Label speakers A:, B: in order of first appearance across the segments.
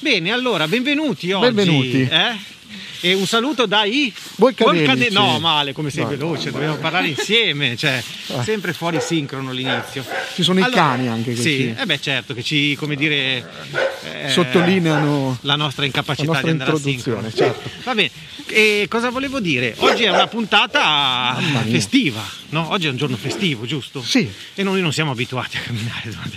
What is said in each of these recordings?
A: Bene, allora, benvenuti oggi.
B: Benvenuti.
A: eh? E un saluto dai
B: Volcadelici.
A: Volcade- No, male, come sei
B: No,
A: veloce,
B: no,
A: dobbiamo
B: male.
A: parlare insieme, cioè,
B: Eh.
A: sempre fuori sincrono l'inizio.
B: Ci sono i cani anche che
A: Sì,
B: ci-
A: eh beh certo, che ci, come dire... eh,
B: Sottolineano
A: La nostra incapacità
B: la nostra
A: di andare a
B: introduzione,
A: sincrono.
B: certo.
A: Va bene, e cosa volevo dire? Oggi è una puntata
B: Mamma mia.
A: festiva, no? Oggi è un giorno festivo, giusto?
B: Sì.
A: E noi non siamo abituati a camminare durante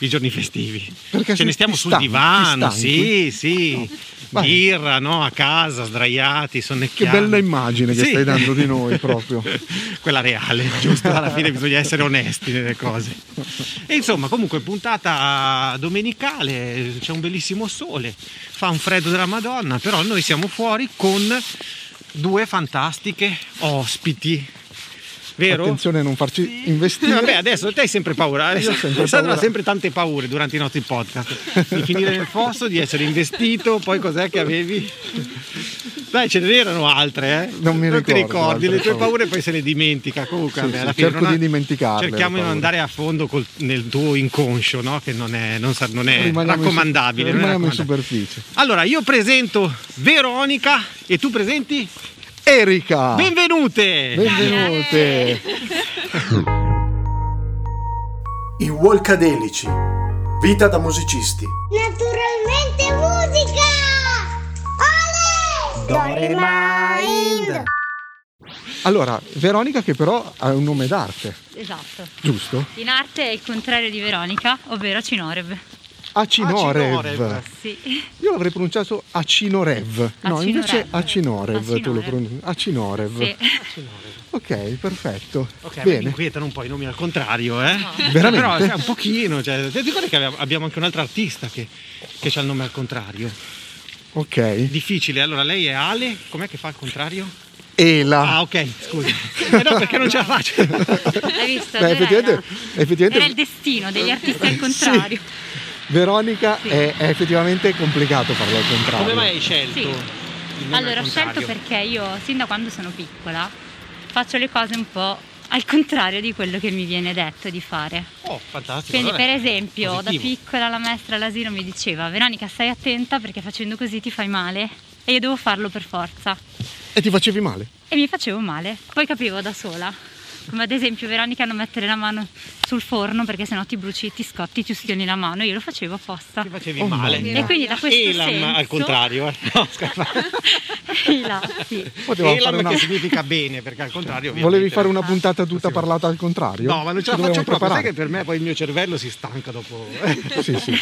A: i giorni festivi.
B: Perché
A: Ce ne
B: sei-
A: stiamo
B: ti
A: sul
B: stanchi?
A: divano,
B: Ti stanchi?
A: sì, sì.
B: Vai.
A: Birra, no? A casa, sdraiati,
B: Che
A: sonnecchiati.
B: bella immagine che
A: Sì.
B: stai dando di noi proprio.
A: Quella reale, giusto? Alla fine bisogna essere onesti nelle cose. E insomma, comunque, puntata domenicale, c'è un bellissimo sole, fa un freddo della Madonna, però noi siamo fuori con due fantastiche ospiti. Vero?
B: Attenzione a non farci investire.
A: Vabbè, adesso te hai sempre paura.
B: Io ho
A: Sandro
B: sempre
A: ha
B: paura.
A: sempre tante paure durante i nostri podcast. Di finire nel fosso, di essere investito, poi cos'è che avevi? Dai, ce n'erano altre, eh?
B: Non mi
A: ti
B: ricordo
A: ricordi,
B: altre
A: le tue
B: paure.
A: paure poi se le dimentica. Comunque,
B: Sì,
A: vabbè,
B: sì,
A: alla fine
B: cerco
A: non ha-
B: di dimenticarle,
A: Cerchiamo
B: le
A: di non
B: paure.
A: andare a fondo col- nel tuo inconscio, no? Che non è, non sa- non è
B: Rimaniamo in su-
A: eh, raccomandabile. non è
B: Rimaniamo in
A: raccomandabile.
B: superficie.
A: Allora, io presento Veronica e tu presenti?
B: Erika!
A: Benvenute!
B: Benvenute!
C: I Walkadelici. Vita da musicisti.
D: Naturalmente musica! Ale! Doremind!
B: Allora, Veronica che però ha un nome d'arte,
E: Esatto.
B: giusto?
E: In arte è il contrario di Veronica, ovvero Cinoreb.
B: Acinorev.
A: Acinorev.
E: Sì.
B: Io l'avrei pronunciato Acinorev. No,
E: Acinorev.
B: invece Acinorev. Tu lo
E: Acinorev.
B: pronunci. Acinorev.
E: Sì.
B: Ok, perfetto.
A: Ok, mi
B: Bene.
A: inquietano un po' i nomi al contrario, eh?
B: Veramente?
A: Però sai, un pochino, cioè, ti ricordi che abbiamo- abbiamo anche un'altra artista che, che ha il nome al contrario?
B: Ok.
A: Difficile, allora lei è Ale, com'è che fa al contrario?
B: Ela.
A: Ah, ok, scusa. Eh no, perché non ce la faccio.
E: Hai visto?
B: Beh,
E: Dov'era?
B: effettivamente, effettivamente
E: Era il destino degli artisti al contrario.
B: Veronica è, è effettivamente complicato farlo al contrario.
A: Come mai hai scelto? il
E: Sì.
A: nome
E: Allora,
A: al
E: ho scelto
A: contrario?
E: perché io, sin da quando sono piccola, faccio le cose un po' al contrario di quello che mi viene detto di fare.
A: Oh, fantastico.
E: Quindi,
A: allora
E: per
A: è
E: esempio, da
A: positivo.
E: piccola la maestra all'asilo mi diceva: Veronica, stai attenta perché facendo così ti fai male. E io devo farlo per forza.
B: E ti facevi male?
E: e mi facevo male. Poi capivo da sola. Come ad esempio Veronica non mettere la mano sul forno perché sennò ti bruci, ti scotti, ti ustioni la mano. Io lo facevo apposta.
A: Ti facevi
B: Oh,
A: male.
B: mamma.
E: E quindi da questo
A: Elam
E: senso...
A: al contrario, eh. No, scherzo.
E: E là, sì.
B: Potevamo
A: Elam
B: fare una-
A: che significa bene, perché al contrario
B: Volevi
A: ovviamente,
B: fare una
A: no.
B: puntata tutta parlata al contrario?
A: No, ma non ce la
B: Ci dovevamo
A: faccio proprio, sai che
B: preparare.
A: per me poi il mio cervello si stanca dopo
B: Sì, sì.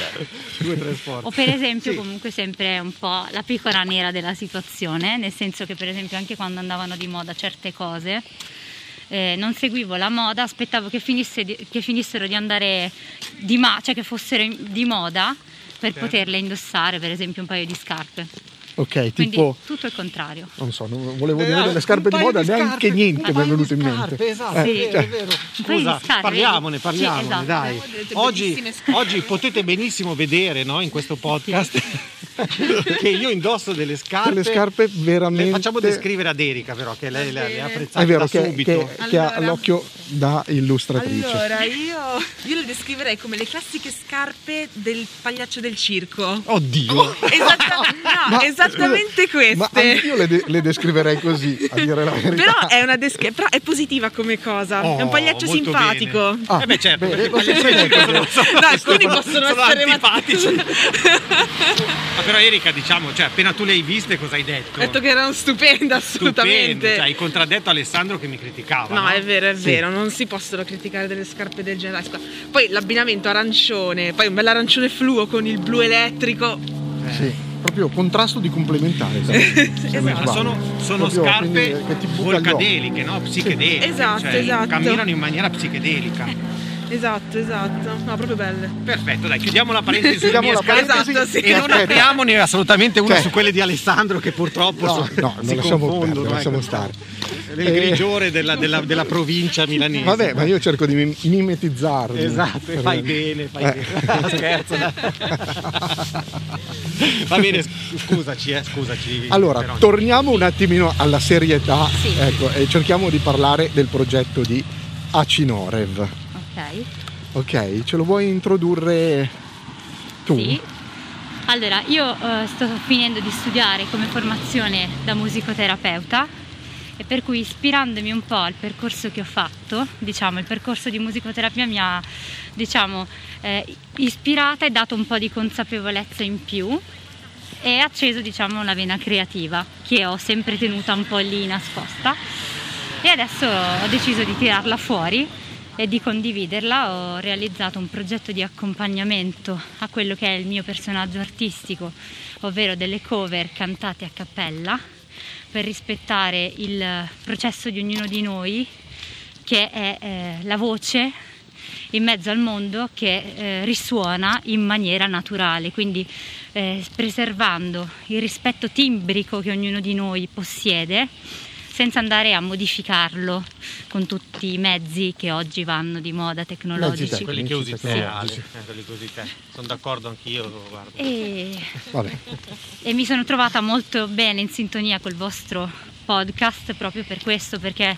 A: due o tre
E: O
A: sforzi.
E: per esempio
A: Sì.
E: comunque sempre un po' la piccola nera della situazione, nel senso che per esempio anche quando andavano di moda certe cose, eh, non seguivo la moda, aspettavo che, finisse di- che finissero di andare di ma, cioè che fossero in- di moda per
A: Certo.
E: poterle indossare, per esempio un paio di scarpe.
B: Ok,
E: Quindi
B: tipo...
E: tutto il contrario.
B: Non so, non- volevo
A: Eh,
B: dire
A: un
B: delle scarpe di
A: paio
B: moda,
A: scarpe,
B: neanche niente
A: un
B: mi è
A: paio
B: venuto in
A: di
B: mente.
A: scarpe, Esatto,
E: Eh,
A: è vero,
E: cioè.
A: è vero.
E: paio di
A: Scusa,
E: scarpe,
A: parliamone,
E: sì,
A: parliamone,
E: esatto.
A: dai. Oggi, oggi potete benissimo vedere no, in questo podcast che io indosso delle scarpe.
B: Delle scarpe
A: Le
B: veramente-
A: facciamo descrivere ad Erika però, che lei le, le ha apprezzate
B: È vero
A: da
B: che,
A: subito.
B: che- che ha
F: Allora.
B: l'occhio da illustratrice.
F: Allora, io, io le descriverei come le classiche scarpe del pagliaccio del circo.
A: Oddio.
F: Esattamente, no,
A: ah,
B: Ma-
F: esattamente queste.
B: Ma anch'io le, de- le descriverei così, a dire la verità.
F: Però è, una desche- però è positiva come cosa. è
A: Oh,
F: un pagliaccio
A: molto
F: simpatico.
A: bene.
B: Ah,
A: eh beh certo,
B: bene,
A: perché
B: lo so,
A: pagliacci
B: sì,
A: circo sono- sono-
F: No, alcuni
A: sono-
F: possono
A: sono
F: essere
A: antipatici.
F: Ho
A: Ma però Erika diciamo, cioè appena tu le hai viste cosa hai detto?
F: detto che erano stupende, assolutamente.
A: Stupendo, cioè, hai contraddetto Alessandro che mi criticava.
F: No, è vero, è vero, non si possono criticare delle scarpe del genere. Ascolta, Poi l'abbinamento arancione, poi un bell'arancione fluo con il blu elettrico.
B: Sì, proprio contrasto di complementare. se non
F: Esatto.
A: Ma
B: sbaglio.
A: sono, sono
B: Proprio,
A: scarpe
B: quindi, che ti buca gli occhi.
A: volcadeliche, no? Psichedeliche.
F: Esatto,
A: cioè,
F: esatto.
A: Camminano in maniera psichedelica.
F: Esatto, esatto. No, proprio belle.
A: Perfetto, dai, chiudiamo la parentesi sulle
B: Chiudiamo
A: mie
B: la
A: scarpe.
B: parentesi
F: Esatto, sì.
B: e
A: E non
B: aspetta.
A: apriamone assolutamente una
B: Cioè-
A: su quelle di Alessandro che purtroppo
B: No,
A: sono-
B: no, non
A: si
B: lasciamo perdere,
A: confondono,
B: lasciamo
A: ecco.
B: stare.
A: Nel
B: Eh.
A: grigiore della, della- della provincia milanese.
B: Vabbè, ma io cerco di mim- mimetizzarmi.
A: Esatto, e fai bene,
B: Eh.
A: fai bene. Scherzo. Va bene, sc- scusaci, eh, scusaci.
B: Allora,
A: Veronica.
B: torniamo un attimino alla serietà
E: Sì.
B: ecco, e cerchiamo di parlare del progetto di Acinorev.
E: Ok.
B: Ok, ce lo vuoi introdurre tu?
E: Sì. Allora, io eh, sto finendo di studiare come formazione da musicoterapeuta e per cui ispirandomi un po' al percorso che ho fatto, diciamo, il percorso di musicoterapia mi ha, diciamo, eh, ispirata e dato un po' di consapevolezza in più e acceso, diciamo, una vena creativa che ho sempre tenuta un po' lì nascosta e adesso ho deciso di tirarla fuori e di condividerla ho realizzato un progetto di accompagnamento a quello che è il mio personaggio artistico, ovvero delle cover cantate a cappella per rispettare il processo di ognuno di noi che è eh, la voce in mezzo al mondo che eh, risuona in maniera naturale, quindi eh, preservando il rispetto timbrico che ognuno di noi possiede senza andare a modificarlo con tutti i mezzi che oggi vanno di moda
B: Mezzi
E: tecnologici.
B: tecnici.
A: Quelli che usi te,
B: Sì.
A: Ale, eh, quelli che usi te. Sono d'accordo anch'io, guarda.
E: E,
B: Vabbè,
E: e mi sono trovata molto bene in sintonia col vostro podcast proprio per questo, perché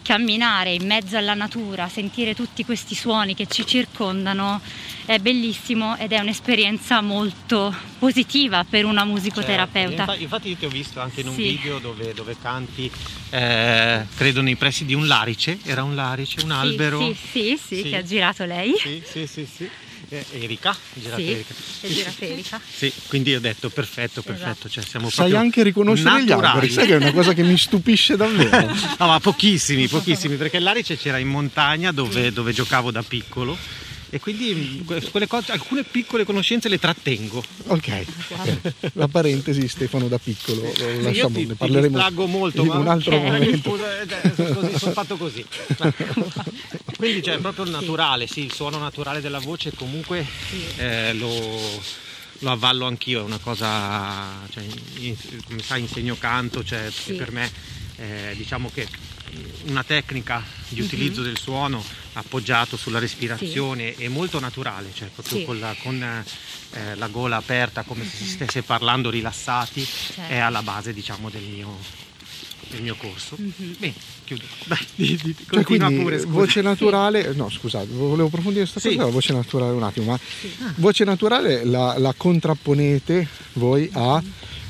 E: camminare in mezzo alla natura, sentire tutti questi suoni che ci circondano è bellissimo ed è un'esperienza molto positiva per una musicoterapeuta.
A: Certo, infa- Infatti io ti ho visto anche in un
E: Sì.
A: video dove, dove canti, eh, credo nei pressi di un larice, era un larice, un
E: Sì,
A: albero.
E: Sì, sì, sì,
A: Sì.
E: che ha girato lei.
A: Sì, sì, sì, sì. Eh, Erika, girate
E: Sì,
A: Erika.
E: è girafelica.
A: Sì, quindi ho detto perfetto,
E: Esatto.
A: perfetto, cioè siamo
B: sai
A: proprio
B: anche riconoscere gli
A: naturali.
B: alberi, sai che è una cosa che mi stupisce davvero.
A: No, ma pochissimi, pochissimi, perché l'Arice c'era in montagna dove, dove giocavo da piccolo e quindi mm, que- quelle cose- alcune piccole conoscenze le trattengo.
B: Ok, ok. la parentesi Stefano da piccolo, lo
A: Io
B: lasciamo,
A: ti,
B: ne
A: ti
B: parleremo
A: distraggo molto,
B: in
A: ma
B: un altro
E: Ok.
B: momento.
A: Scusa, eh, eh, sono così, sono fatto così. Quindi cioè, è proprio il naturale, sì, il suono naturale della voce comunque eh, lo, lo avvallo anch'io, è una cosa, cioè, in- come sai insegno canto, cioè,
E: Sì.
A: per me eh, diciamo che una tecnica di
E: Mhm.
A: utilizzo del suono appoggiato sulla respirazione è molto naturale, cioè proprio
E: Sì. Mhm.
A: con, la, con, eh, la gola aperta come se si stesse parlando rilassati
E: Certo.
A: è alla base diciamo del mio, del mio corso.
E: Mhm.
A: Bene, chiudo. Dai, di- di-
B: Cioè,
A: continua
B: quindi,
A: pure, scusa.
B: voce naturale, no scusate, volevo approfondire questa
A: Sì.
B: cosa, la voce naturale un attimo, ma voce naturale la, la contrapponete voi a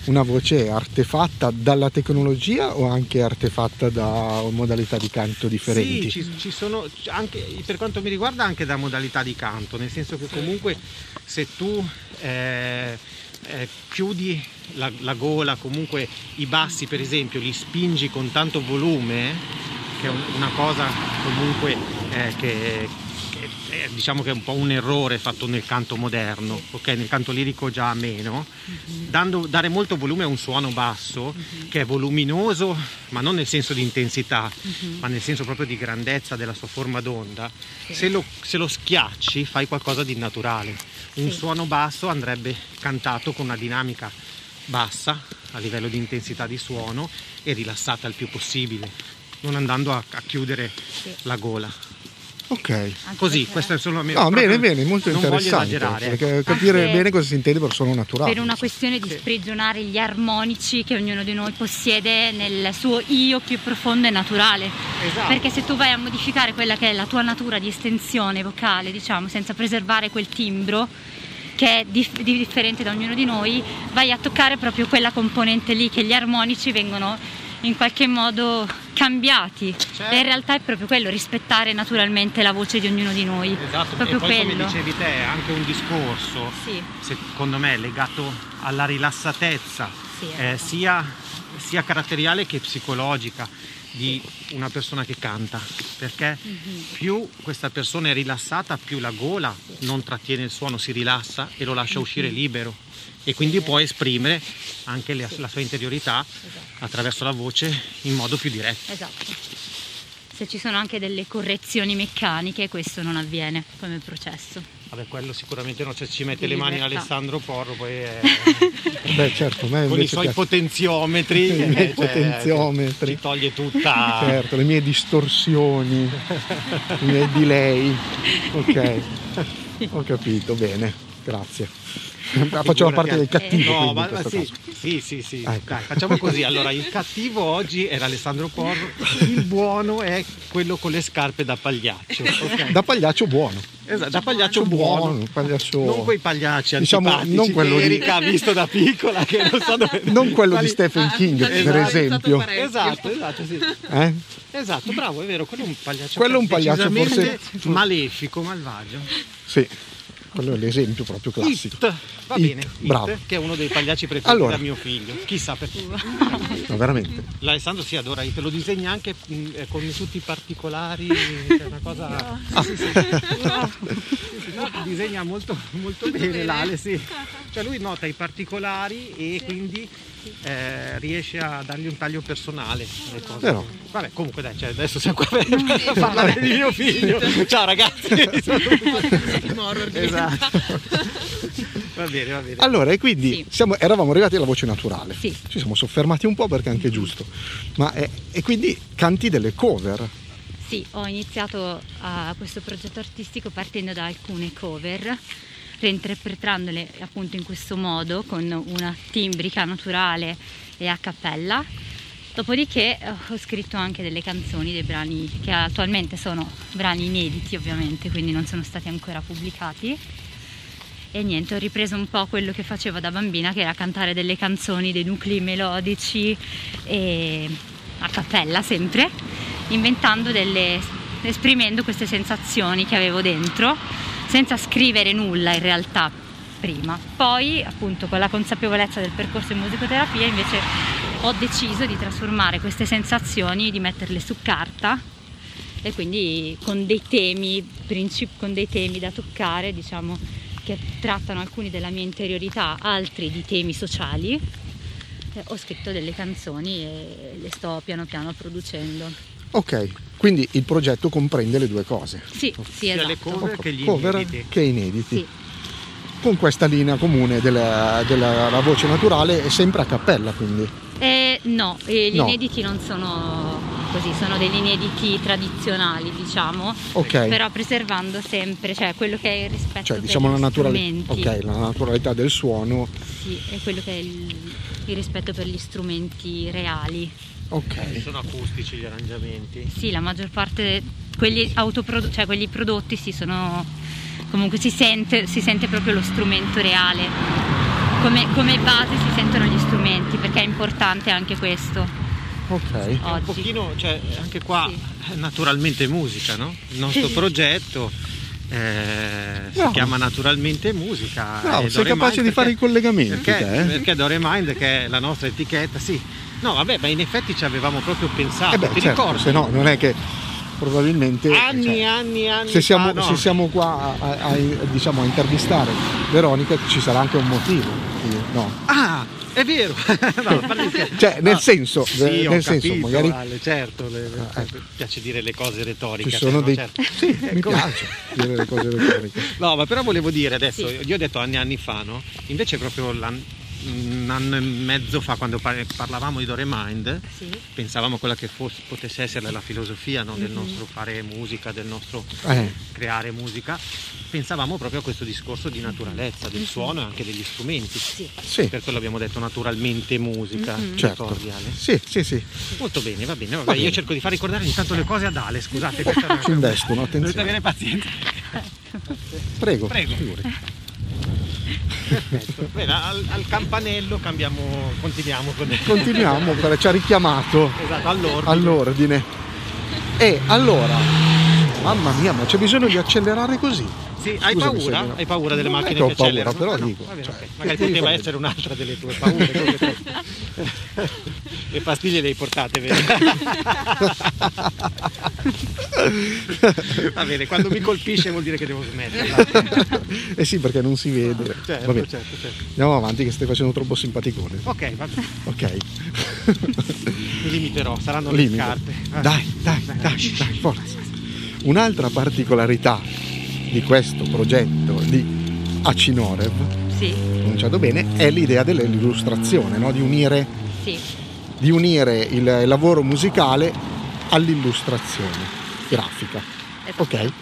B: una voce artefatta dalla tecnologia o anche artefatta da modalità di canto differenti?
A: Sì, ci, ci sono anche per quanto mi riguarda anche da modalità di canto, nel senso che comunque se tu eh, eh, chiudi la, la gola, comunque i bassi per esempio li spingi con tanto volume, che è un- una cosa comunque eh, che, che è, diciamo che è un po' un errore fatto nel canto moderno, ok? Nel canto lirico già meno, dando- dare molto volume a un suono basso che è voluminoso, ma non nel senso di intensità, ma nel senso proprio di grandezza della sua forma d'onda, se, lo, se lo schiacci fai qualcosa di naturale. Un suono basso andrebbe cantato con una dinamica bassa a livello di intensità di suono e rilassata il più possibile, non andando a, a chiudere la gola.
B: Ok.
E: Anche
A: Così,
E: perché-
A: questo è solo la mia
B: No, bene,
A: proprio-
B: bene, molto
A: non
B: interessante.
A: Voglio esagerare.
B: Perché capire
E: Anche
B: bene cosa si intende per suono naturale.
E: per una questione di sprigionare gli armonici che ognuno di noi possiede nel suo io più profondo e naturale.
A: Esatto.
E: Perché se tu vai a modificare quella che è la tua natura di estensione vocale, diciamo, senza preservare quel timbro che è dif- di- differente da ognuno di noi, vai a toccare proprio quella componente lì che gli armonici vengono in qualche modo cambiati.
A: Certo.
E: E in realtà è proprio quello, rispettare naturalmente la voce di ognuno di noi.
A: Esatto,
E: proprio
A: e poi come
E: quello.
A: dicevi te, è anche un discorso,
E: Sì,
A: secondo me, legato alla rilassatezza
E: sì. ecco.
A: eh, sia, sia caratteriale che psicologica di una persona che canta, perché
E: Mhm,
A: più questa persona è rilassata, più la gola non trattiene il suono, si rilassa e lo lascia uscire
E: Mhm.
A: libero e quindi può esprimere anche le- la sua interiorità attraverso la voce in modo più diretto.
E: Esatto. Se ci sono anche delle correzioni meccaniche, questo non avviene come processo.
A: Vabbè, quello sicuramente no, cioè ci mette
E: Di
A: le mani
E: libertà.
A: Alessandro Porro, poi è-
B: Beh, certo, ma
A: con i
B: invece
A: suoi
B: piace-
A: potenziometri,
B: I miei
A: eh, cioè,
B: potenziometri.
A: ci toglie tutta...
B: Certo, le mie distorsioni, i miei delay. Ok. Ho capito, bene. Grazie. Faccio la parte del
A: Figurati. Eh,
B: cattivo.
A: No,
B: quindi,
A: ma,
B: in questo
A: ma sì,
B: caso.
A: sì, sì, sì.
B: Ecco.
A: Dai, facciamo così. Allora, il cattivo oggi era Alessandro Porro, il buono è quello con le scarpe da pagliaccio. ok?
B: Da pagliaccio buono.
A: Esatto, da pagliaccio buono.
B: pagliaccio-
A: Non quei pagliacci
B: Diciamo,
A: antipatici
B: non quello
A: che
B: di-
A: Erika ha visto da piccola, che non so dove...
B: Non quello di
A: quali-
B: Stephen
F: Ah,
B: King,
F: esatto,
B: per
A: esatto.
B: esempio.
A: Esatto, esatto, sì.
B: Eh?
A: Esatto, bravo, è vero, quello è un pagliaccio.
B: Quello è un pagliaccio
A: decisamente
B: forse-
A: malefico, malvagio.
B: Sì, quello è l'esempio proprio classico.
A: It, va
B: It,
A: bene, It,
B: bravo.
A: che è uno dei pagliacci preferiti
B: Allora.
A: da mio figlio. Chissà perché.
B: No, veramente.
A: L'Alessandro si adora It, lo disegna anche mh, eh, con tutti i particolari, cioè, è una cosa... Ah, Sì, sì, sì, sì, no, disegna molto, molto bene, l'Ale, sì. Cioè lui nota i particolari e quindi eh, riesce a dargli un taglio personale. alle cose.
B: Vero.
A: Vabbè, comunque dai, cioè, adesso siamo qua per, per parlare di mio figlio. Ciao ragazzi! esatto. Va bene, va bene.
B: Allora, e quindi
E: Sì.
B: siamo- eravamo arrivati alla voce naturale.
E: Sì.
B: Ci siamo soffermati un po' perché è anche giusto. Ma è- e quindi canti delle cover.
E: Sì, ho iniziato a questo progetto artistico partendo da alcune cover, reinterpretandole appunto in questo modo, con una timbrica naturale e a cappella. Dopodiché eh, ho scritto anche delle canzoni, dei brani che attualmente sono brani inediti ovviamente, quindi non sono stati ancora pubblicati. E niente, ho ripreso un po' quello che facevo da bambina, che era cantare delle canzoni, dei nuclei melodici e a cappella sempre, inventando delle esprimendo queste sensazioni che avevo dentro, senza scrivere nulla in realtà prima. Poi, appunto, con la consapevolezza del percorso in musicoterapia, invece ho deciso di trasformare queste sensazioni, di metterle su carta e quindi con dei temi, princip- con dei temi da toccare, diciamo, che trattano alcuni della mia interiorità, altri di temi sociali. Eh, Ho scritto delle canzoni e le sto piano piano producendo.
B: Ok, quindi il progetto comprende le due cose.
E: Sì, sì,
A: Sia le
E: esatto.
A: cover che gli
B: cover
A: inediti.
B: che inediti.
E: Sì.
B: Con questa linea comune della, della- la voce naturale e sempre a cappella, quindi.
E: Eh, no, eh, gli
B: No.
E: inediti non sono così, sono degli inediti tradizionali, diciamo,
B: Ok.
E: però preservando sempre, cioè quello che è il rispetto
B: cioè
E: per
B: diciamo
E: gli
B: la, naturali-
E: strumenti.
B: ok, la naturalità del suono.
E: Sì, è quello che è il, il rispetto per gli strumenti reali.
B: Ok.
A: Sono acustici gli arrangiamenti.
E: Sì, la maggior parte, quelli, autoprodo- cioè, quelli prodotti sì, sono, comunque si sente, si sente proprio lo strumento reale, come, come base si sentono gli strumenti, perché è importante anche questo
B: Ok.
A: È Un
E: oggi.
A: pochino, cioè, anche qua eh, naturalmente musica, no? Il nostro progetto eh, si
B: Bravo.
A: chiama naturalmente musica.
B: Bravo,
A: e
B: sei
A: Dore
B: capace
A: Mind
B: di fare i collegamenti,
A: Perché,
B: te, eh?
A: perché Dore Mind, che è la nostra etichetta, sì. No, vabbè, ma in effetti ci avevamo proprio pensato,
B: Eh beh,
A: ti
B: certo,
A: ricordi?
B: se no non è che probabilmente...
A: Anni,
B: cioè,
A: anni, anni.
B: se siamo,
A: fa, no.
B: se siamo qua a, a- a- diciamo, a intervistare Veronica ci sarà anche un motivo, sì, no?
A: Ah, è vero. No, parli di-
B: Cioè, nel
A: No.
B: senso, eh,
A: Sì,
B: nel
A: ho
B: senso,
A: capito,
B: magari-
A: Ale, certo, le- le-
B: Ah, ecco.
A: piace dire le cose retoriche.
B: Ci
A: a te,
B: sono
A: no?
B: dei...
A: Certo.
B: Sì, mi
A: Ecco.
B: piace dire le cose retoriche.
A: No, ma però volevo dire adesso,
E: Sì.
A: io ho detto anni e anni fa, no? Invece proprio l'an- un anno e mezzo fa, quando par- parlavamo di Dore Mind,
E: Sì.
A: pensavamo quella che fosse- potesse essere la filosofia no? del
E: Mhm.
A: nostro fare musica, del nostro
B: Eh,
A: creare musica, pensavamo proprio a questo discorso di naturalezza
E: Mhm.
A: del suono e anche degli strumenti.
B: sì,
A: Per quello abbiamo detto naturalmente musica,
E: Mhm.
A: ti
B: certo.
A: ricordi, Ale?
B: Sì, sì, sì.
A: Molto bene, va bene, va
B: Va
A: bene. Io
B: bene.
A: cerco di far ricordare ogni tanto le cose ad Ale, scusate, questa è una-
B: Ci investono,
A: Dovete
B: attenzione.
A: avere pazienza.
B: Prego.
A: Prego. Perfetto. Bene, al, al campanello cambiamo, continuiamo con
B: Continuiamo, perché ci ha richiamato
A: Esatto, allora.
B: all'ordine. E allora, mamma mia, ma c'è bisogno di accelerare così.
A: Sì, hai
B: Scusami se
A: paura?
B: no.
A: Hai paura delle
B: Non è
A: macchine
B: che ho
A: che accelerano?
B: paura, però
A: Ah, no,
B: dico,
A: va bene,
B: cioè,
A: ok.
B: che
A: Magari
B: devi
A: poteva
B: fare?
A: essere un'altra delle tue paure. non lo so. Le pastiglie le hai portate, vero? Va bene, quando mi colpisce vuol dire che devo smetterla.
B: Eh sì, perché non si vede.
A: Certo,
B: Va bene,
A: certo, certo.
B: andiamo avanti che stai facendo troppo simpaticone.
A: Ok, va bene,
B: Ok.
A: mi limiterò, saranno le
B: Limite.
A: carte. Ah.
B: Dai, dai, dai, dai, forza. Un'altra particolarità di questo progetto di Acinorev,
E: Sì,
B: pronunciato bene, è l'idea dell'illustrazione, no? di, unire,
E: sì,
B: di unire il lavoro musicale all'illustrazione grafica.
E: esatto.
B: Ok?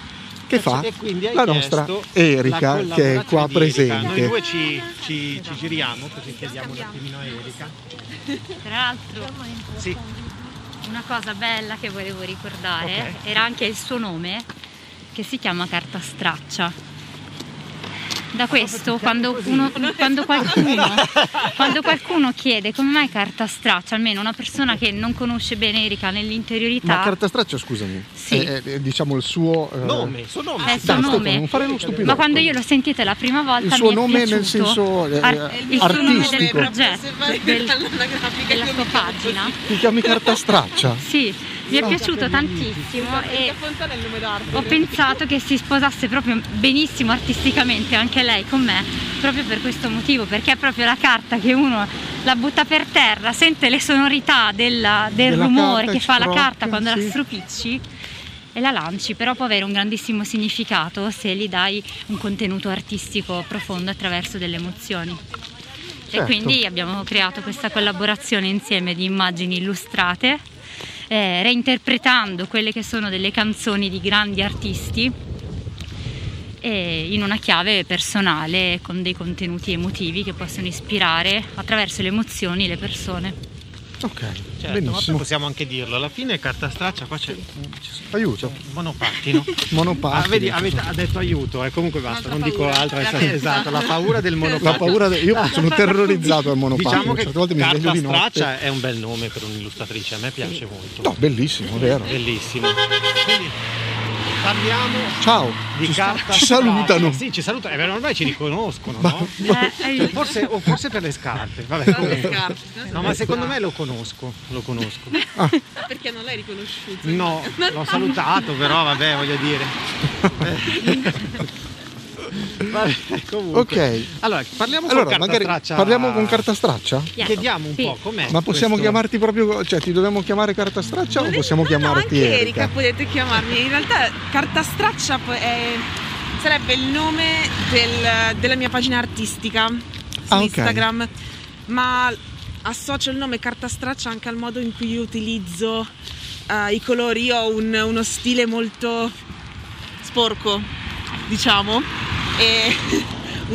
B: che fa
A: E quindi hai
B: la nostra
A: chiesto la
B: Erika che
A: collaborazione
B: è qua
A: di Erika. Noi
B: presente.
A: due ci, ci- ci giriamo così chiediamo un attimino a Erika.
E: Tra l'altro
A: Sì,
E: una cosa bella che volevo ricordare
A: Ok.
E: era anche il suo nome che si chiama carta straccia. Da questo, quando, uno- quando qualcuno, quando qualcuno chiede come mai carta straccia, almeno una persona che non conosce bene Erika nell'interiorità,
B: Ma carta straccia, scusami,
E: Sì.
B: è, è, diciamo il suo eh,
A: nome, suo nome.
E: Eh, suo
B: Dai, Stefano,
E: nome.
B: non fare lo stupido.
E: Ma quando io l'ho sentita la prima
B: ecco.
E: volta
B: Il suo
E: mi è
B: nome nel
E: piaciuto
B: senso, eh,
E: ar-
B: eh,
E: il suo nome del
B: artistico.
E: progetto del- della sua pagina.
B: Ti chiami carta straccia?
E: Sì, mi è piaciuto tantissimo e
F: Fontana è il nome d'arte. eh,
E: ho pensato che si sposasse proprio benissimo artisticamente anche lei con me, proprio per questo motivo, perché è proprio la carta che uno la butta per terra, sente le sonorità della- del
B: Della
E: rumore
B: carta,
E: che fa la
B: scrocca,
E: carta quando
B: sì.
E: la stropicci e la lanci, però può avere un grandissimo significato se gli dai un contenuto artistico profondo attraverso delle emozioni.
B: Certo.
E: E quindi abbiamo creato questa collaborazione insieme di immagini illustrate, eh, reinterpretando quelle che sono delle canzoni di grandi artisti e in una chiave personale con dei contenuti emotivi che possono ispirare attraverso le emozioni le persone.
B: Ok,
A: Certo, ma poi
B: benissimo.
A: possiamo anche dirlo, alla fine carta straccia qua c'è, c'è
B: Aiuto.
A: un monopattino.
B: Monopattino.
A: Ah, vedi, avete- ha detto aiuto, eh, comunque basta,
F: Un'altra
A: non dico
F: paura.
A: altro.
F: La
A: esatto,
F: paura.
A: esatto, la paura del monopattino.
B: La paura de- io sono terrorizzato dal monopattino,
A: Diciamo che
B: certe volte mi sveglio
A: carta
B: di notte.
A: straccia è un bel nome per un'illustratrice, a me piace molto.
B: No, bellissimo, vero.
A: Bellissimo. Quindi parliamo
B: Ciao.
A: di
B: ci,
A: carta
B: ci
A: straccia.
B: salutano.
A: Sì, ci salutano. Eh, beh, ormai ci riconoscono, no?
E: Eh, aiuto.
A: Forse, o forse per le scarpe, vabbè. comunque.
F: scarpe.
A: No, ma secondo me lo conosco, lo conosco.
F: Perché non l'hai riconosciuto?
B: Mm,
A: No, l'ho salutato, però vabbè, voglio dire. Eh. Vabbè, comunque.
B: Ok.
A: Allora, parliamo con
B: Allora,
A: carta
B: magari
A: straccia.
B: parliamo con carta straccia?
A: Chiediamo un
E: Sì.
A: po' com'è.
B: Ma possiamo
A: questo-
B: chiamarti proprio, cioè ti dobbiamo chiamare carta straccia o possiamo
F: No, no,
B: chiamarti
F: anche
B: Erika?
F: potete chiamarmi. In realtà carta straccia po- è- sarebbe il nome del- della mia pagina artistica su
B: Ah, ok.
F: Instagram, ma associo il nome carta straccia anche al modo in cui io utilizzo eh, i colori. Io ho un- uno stile molto sporco, diciamo, e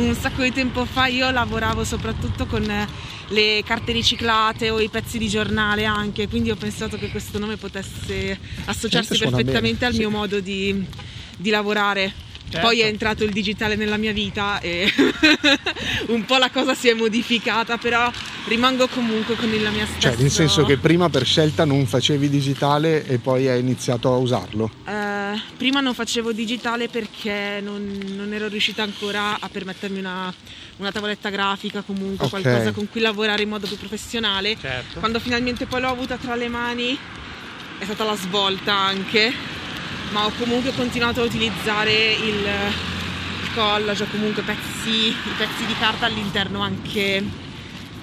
F: un sacco di tempo fa io lavoravo soprattutto con le carte riciclate o i pezzi di giornale anche, quindi ho pensato che questo nome potesse associarsi
B: Questo suona
F: perfettamente
B: bene,
F: al
B: sì.
F: mio modo di, di lavorare.
A: Certo.
F: Poi è entrato il digitale nella mia vita e un po' la cosa si è modificata, però rimango comunque con la mia stessa
B: Cioè, nel senso che prima per scelta non facevi digitale e poi hai iniziato a usarlo.
F: Eh, prima non facevo digitale perché non, non ero riuscita ancora a permettermi una, una tavoletta grafica, comunque
B: Ok.
F: qualcosa con cui lavorare in modo più professionale.
A: Certo.
F: Quando finalmente poi l'ho avuta tra le mani è stata la svolta anche, ma ho comunque continuato a utilizzare il, il collage o comunque pezzi, i pezzi di carta all'interno anche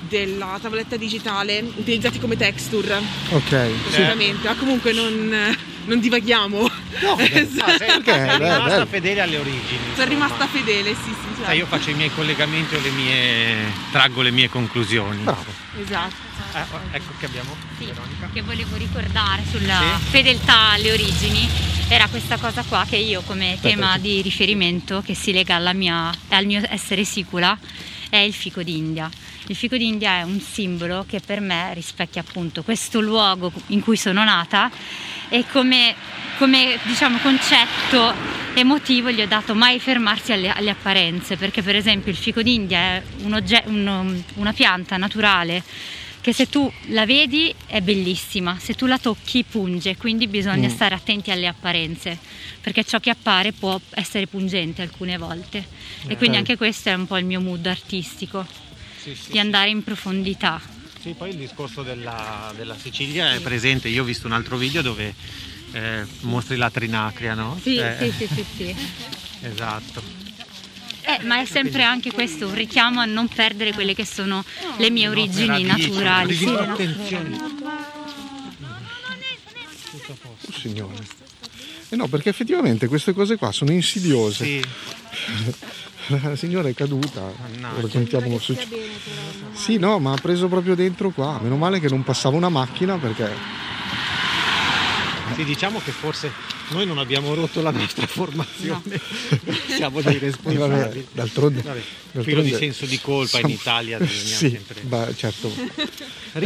F: della tavoletta digitale utilizzati come texture
B: Ok.
A: Eh.
F: sicuramente ma comunque non, non divaghiamo
A: Eh, No,
F: Esatto.
A: perché
B: Perché,
A: sei
B: beh,
A: rimasta
B: beh.
A: fedele alle origini.
F: sono
A: insomma.
F: rimasta fedele sì sì
A: Sai, io
F: certo.
A: faccio i miei collegamenti o le mie. traggo le mie conclusioni.
B: Bravo.
F: esatto
A: Eh, ecco che abbiamo
E: Sì,
A: Veronica.
E: che volevo ricordare sulla
A: Sì.
E: fedeltà alle origini era questa cosa qua che io come tema di riferimento che si lega alla mia, al mio essere sicula è il fico d'India. Il fico d'India è un simbolo che per me rispecchia appunto questo luogo in cui sono nata e come, come, diciamo, concetto emotivo gli ho dato mai fermarsi alle, alle apparenze perché per esempio il fico d'India è un ogge- un- una pianta naturale che se tu la vedi è bellissima, se tu la tocchi punge, quindi bisogna
B: Mm.
E: stare attenti alle apparenze, perché ciò che appare può essere pungente alcune volte. E quindi anche questo è un po' il mio mood artistico,
A: Sì, sì,
E: di andare in profondità.
A: Sì, poi il discorso della, della Sicilia è presente. Io ho visto un altro video dove eh, mostri la trinacria, no?
E: Sì,
A: Eh,
E: sì, sì, sì, sì.
A: Esatto.
E: Eh, ma è sempre anche questo un richiamo a non perdere quelle che sono le mie
A: No,
E: origini
A: radici,
E: naturali.
A: radici,
E: Sì, le no-
A: attenzione.
B: Oh, signore. Eh no, perché effettivamente queste cose qua sono insidiose.
A: Sì,
B: La signora è caduta.
A: Mannaggia.
B: Ora sentiamo succe- Sì, no, ma ha preso proprio dentro qua.
A: Eh,
B: Meno male che non passava una macchina perché
A: sì, diciamo che forse Noi non abbiamo rotto la nostra formazione, siamo dei
B: Eh, vabbè,
A: responsabili.
B: d'altronde,
A: Vabbè,
B: d'altronde-
A: filo di senso di colpa in
B: Siamo-
A: Italia bisogna
B: sì,
A: sempre-
B: beh, certo.
A: Ricordi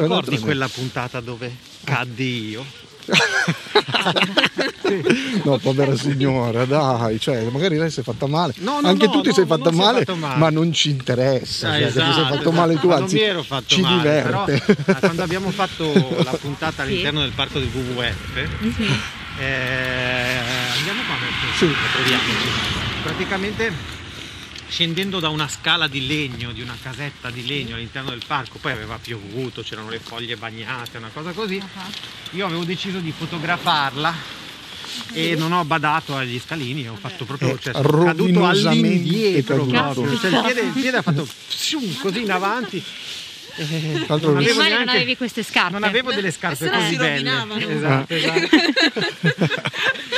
B: D'altronde-
A: quella puntata dove caddi io?
B: No, povera signora, dai, cioè, magari lei si è fatta male.
A: No, no,
B: Anche
A: no,
B: tu ti
A: no,
B: sei
A: no,
B: fatta
A: non si è
B: male,
A: fatto male.
B: ma non ci interessa.
A: Ah,
B: cioè, che ti sei
A: esatto,
B: fatto
A: esatto.
B: male tu,
A: Ma
B: anzi,
A: non mi ero fatto
B: ci
A: male,
B: diverte.
A: però, ah, quando abbiamo fatto la puntata all'interno del parco del WWF, eh, andiamo qua perché
B: Sì.
A: lo troviamo. Praticamente scendendo da una scala di legno, di una casetta di legno all'interno del parco, poi aveva piovuto, c'erano le foglie bagnate, una cosa così, io avevo deciso di fotografarla. E non ho badato agli scalini, ho fatto proprio, cioè, sono caduto
B: rovinosamente
A: all'indietro
B: caduto.
A: proprio, cioè, il piede, il piede ha fatto psiu, così in avanti. Eh,
B: Tra l'altro-
A: non avevo
E: Meno male non
A: neanche-
E: avevi queste scarpe.
A: Non avevo delle scarpe
F: Eh, se no
A: così
F: si rovinavano.
A: belle. Esatto, esatto.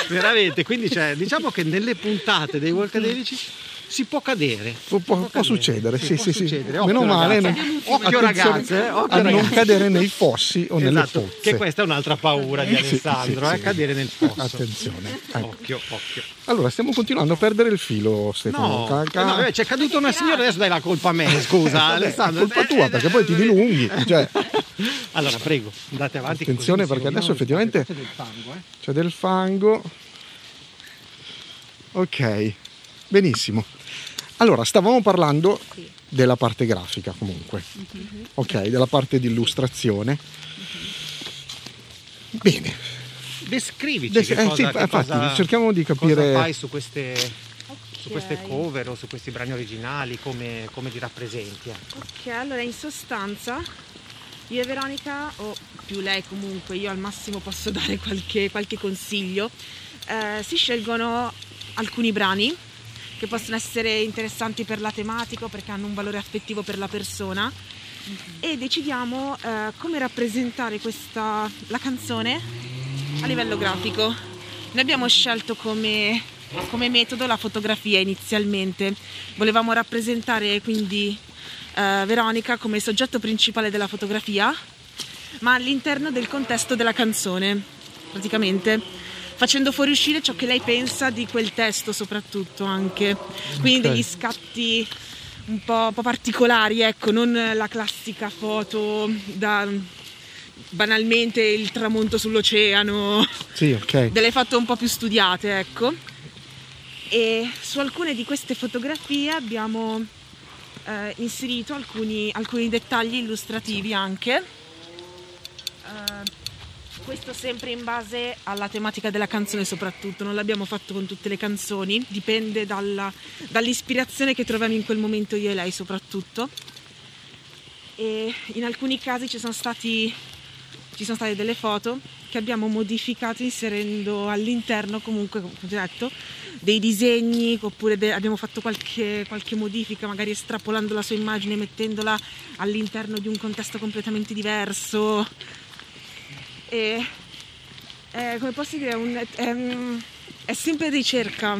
A: Veramente, quindi cioè, diciamo che nelle puntate dei Volcadelici si può cadere.
B: Può, può- può
A: cadere.
B: succedere, sì,
A: può
B: sì, sì.
A: succedere.
B: Meno
A: Occhio,
B: male,
A: ragazze.
B: no.
A: Occhio
B: Attenzione
A: ragazze, eh, occhio
B: a non
A: ragazze.
B: cadere nei fossi o nelle
A: Esatto,
B: pozze.
A: che questa è un'altra paura di
B: Sì, sì,
A: Alessandro,
B: sì.
A: eh, cadere nel fosso.
B: Attenzione. ecco.
A: Occhio, occhio.
B: Allora, stiamo continuando a perdere il filo, Stefano.
A: No, eh,
B: Ca- ca-
A: no, vabbè, c'è caduta una signora, adesso dai la colpa a me, scusa
B: Eh, Vabbè,
A: Alessandro.
B: è colpa tua,
A: Eh,
B: perché poi ti
A: eh,
B: dilunghi, cioè.
A: Allora, prego, andate avanti. che
B: Attenzione,
A: così
B: perché
A: non si
B: adesso
A: rovinano le
B: effettivamente-
A: cose del fango, eh.
B: C'è del fango. Ok, benissimo. Allora, stavamo parlando della parte grafica comunque,
F: Mm-hmm.
B: ok, della parte di illustrazione.
F: Mm-hmm.
B: Bene,
A: Descrivici
B: Des-
A: che
B: eh,
A: cosa,
B: sì,
A: che
B: infatti,
A: cosa-
B: cerchiamo di
A: cosa
B: capire-
A: fai su queste, su queste cover o su questi brani originali, come, come ti rappresenti. ecco.
F: Ok, allora in sostanza io e Veronica, o più lei comunque, io al massimo posso dare qualche, qualche consiglio, Eh, si scelgono alcuni brani che possono essere interessanti per la tematica o perché hanno un valore affettivo per la persona e decidiamo eh, come rappresentare questa, la canzone a livello grafico. Noi abbiamo scelto come, come metodo la fotografia inizialmente, volevamo rappresentare quindi eh, Veronica come soggetto principale della fotografia, ma all'interno del contesto della canzone, praticamente, facendo fuoriuscire ciò che lei pensa di quel testo soprattutto anche,
B: Ok.
F: quindi degli scatti un po', un po' particolari, ecco, non la classica foto da banalmente il tramonto sull'oceano,
B: sì, ok.
F: delle foto un po' più studiate, ecco. E su alcune di queste fotografie abbiamo eh, inserito alcuni, alcuni dettagli illustrativi anche. Eh, questo sempre in base alla tematica della canzone soprattutto, non l'abbiamo fatto con tutte le canzoni, dipende dalla- dall'ispirazione che troviamo in quel momento io e lei soprattutto. E in alcuni casi ci sono stati ci sono state delle foto che abbiamo modificato inserendo all'interno comunque, come ho detto, dei disegni oppure de- abbiamo fatto qualche, qualche modifica, magari estrapolando la sua immagine, mettendola all'interno di un contesto completamente diverso. E, eh, come posso dire, è un- è un- è sempre ricerca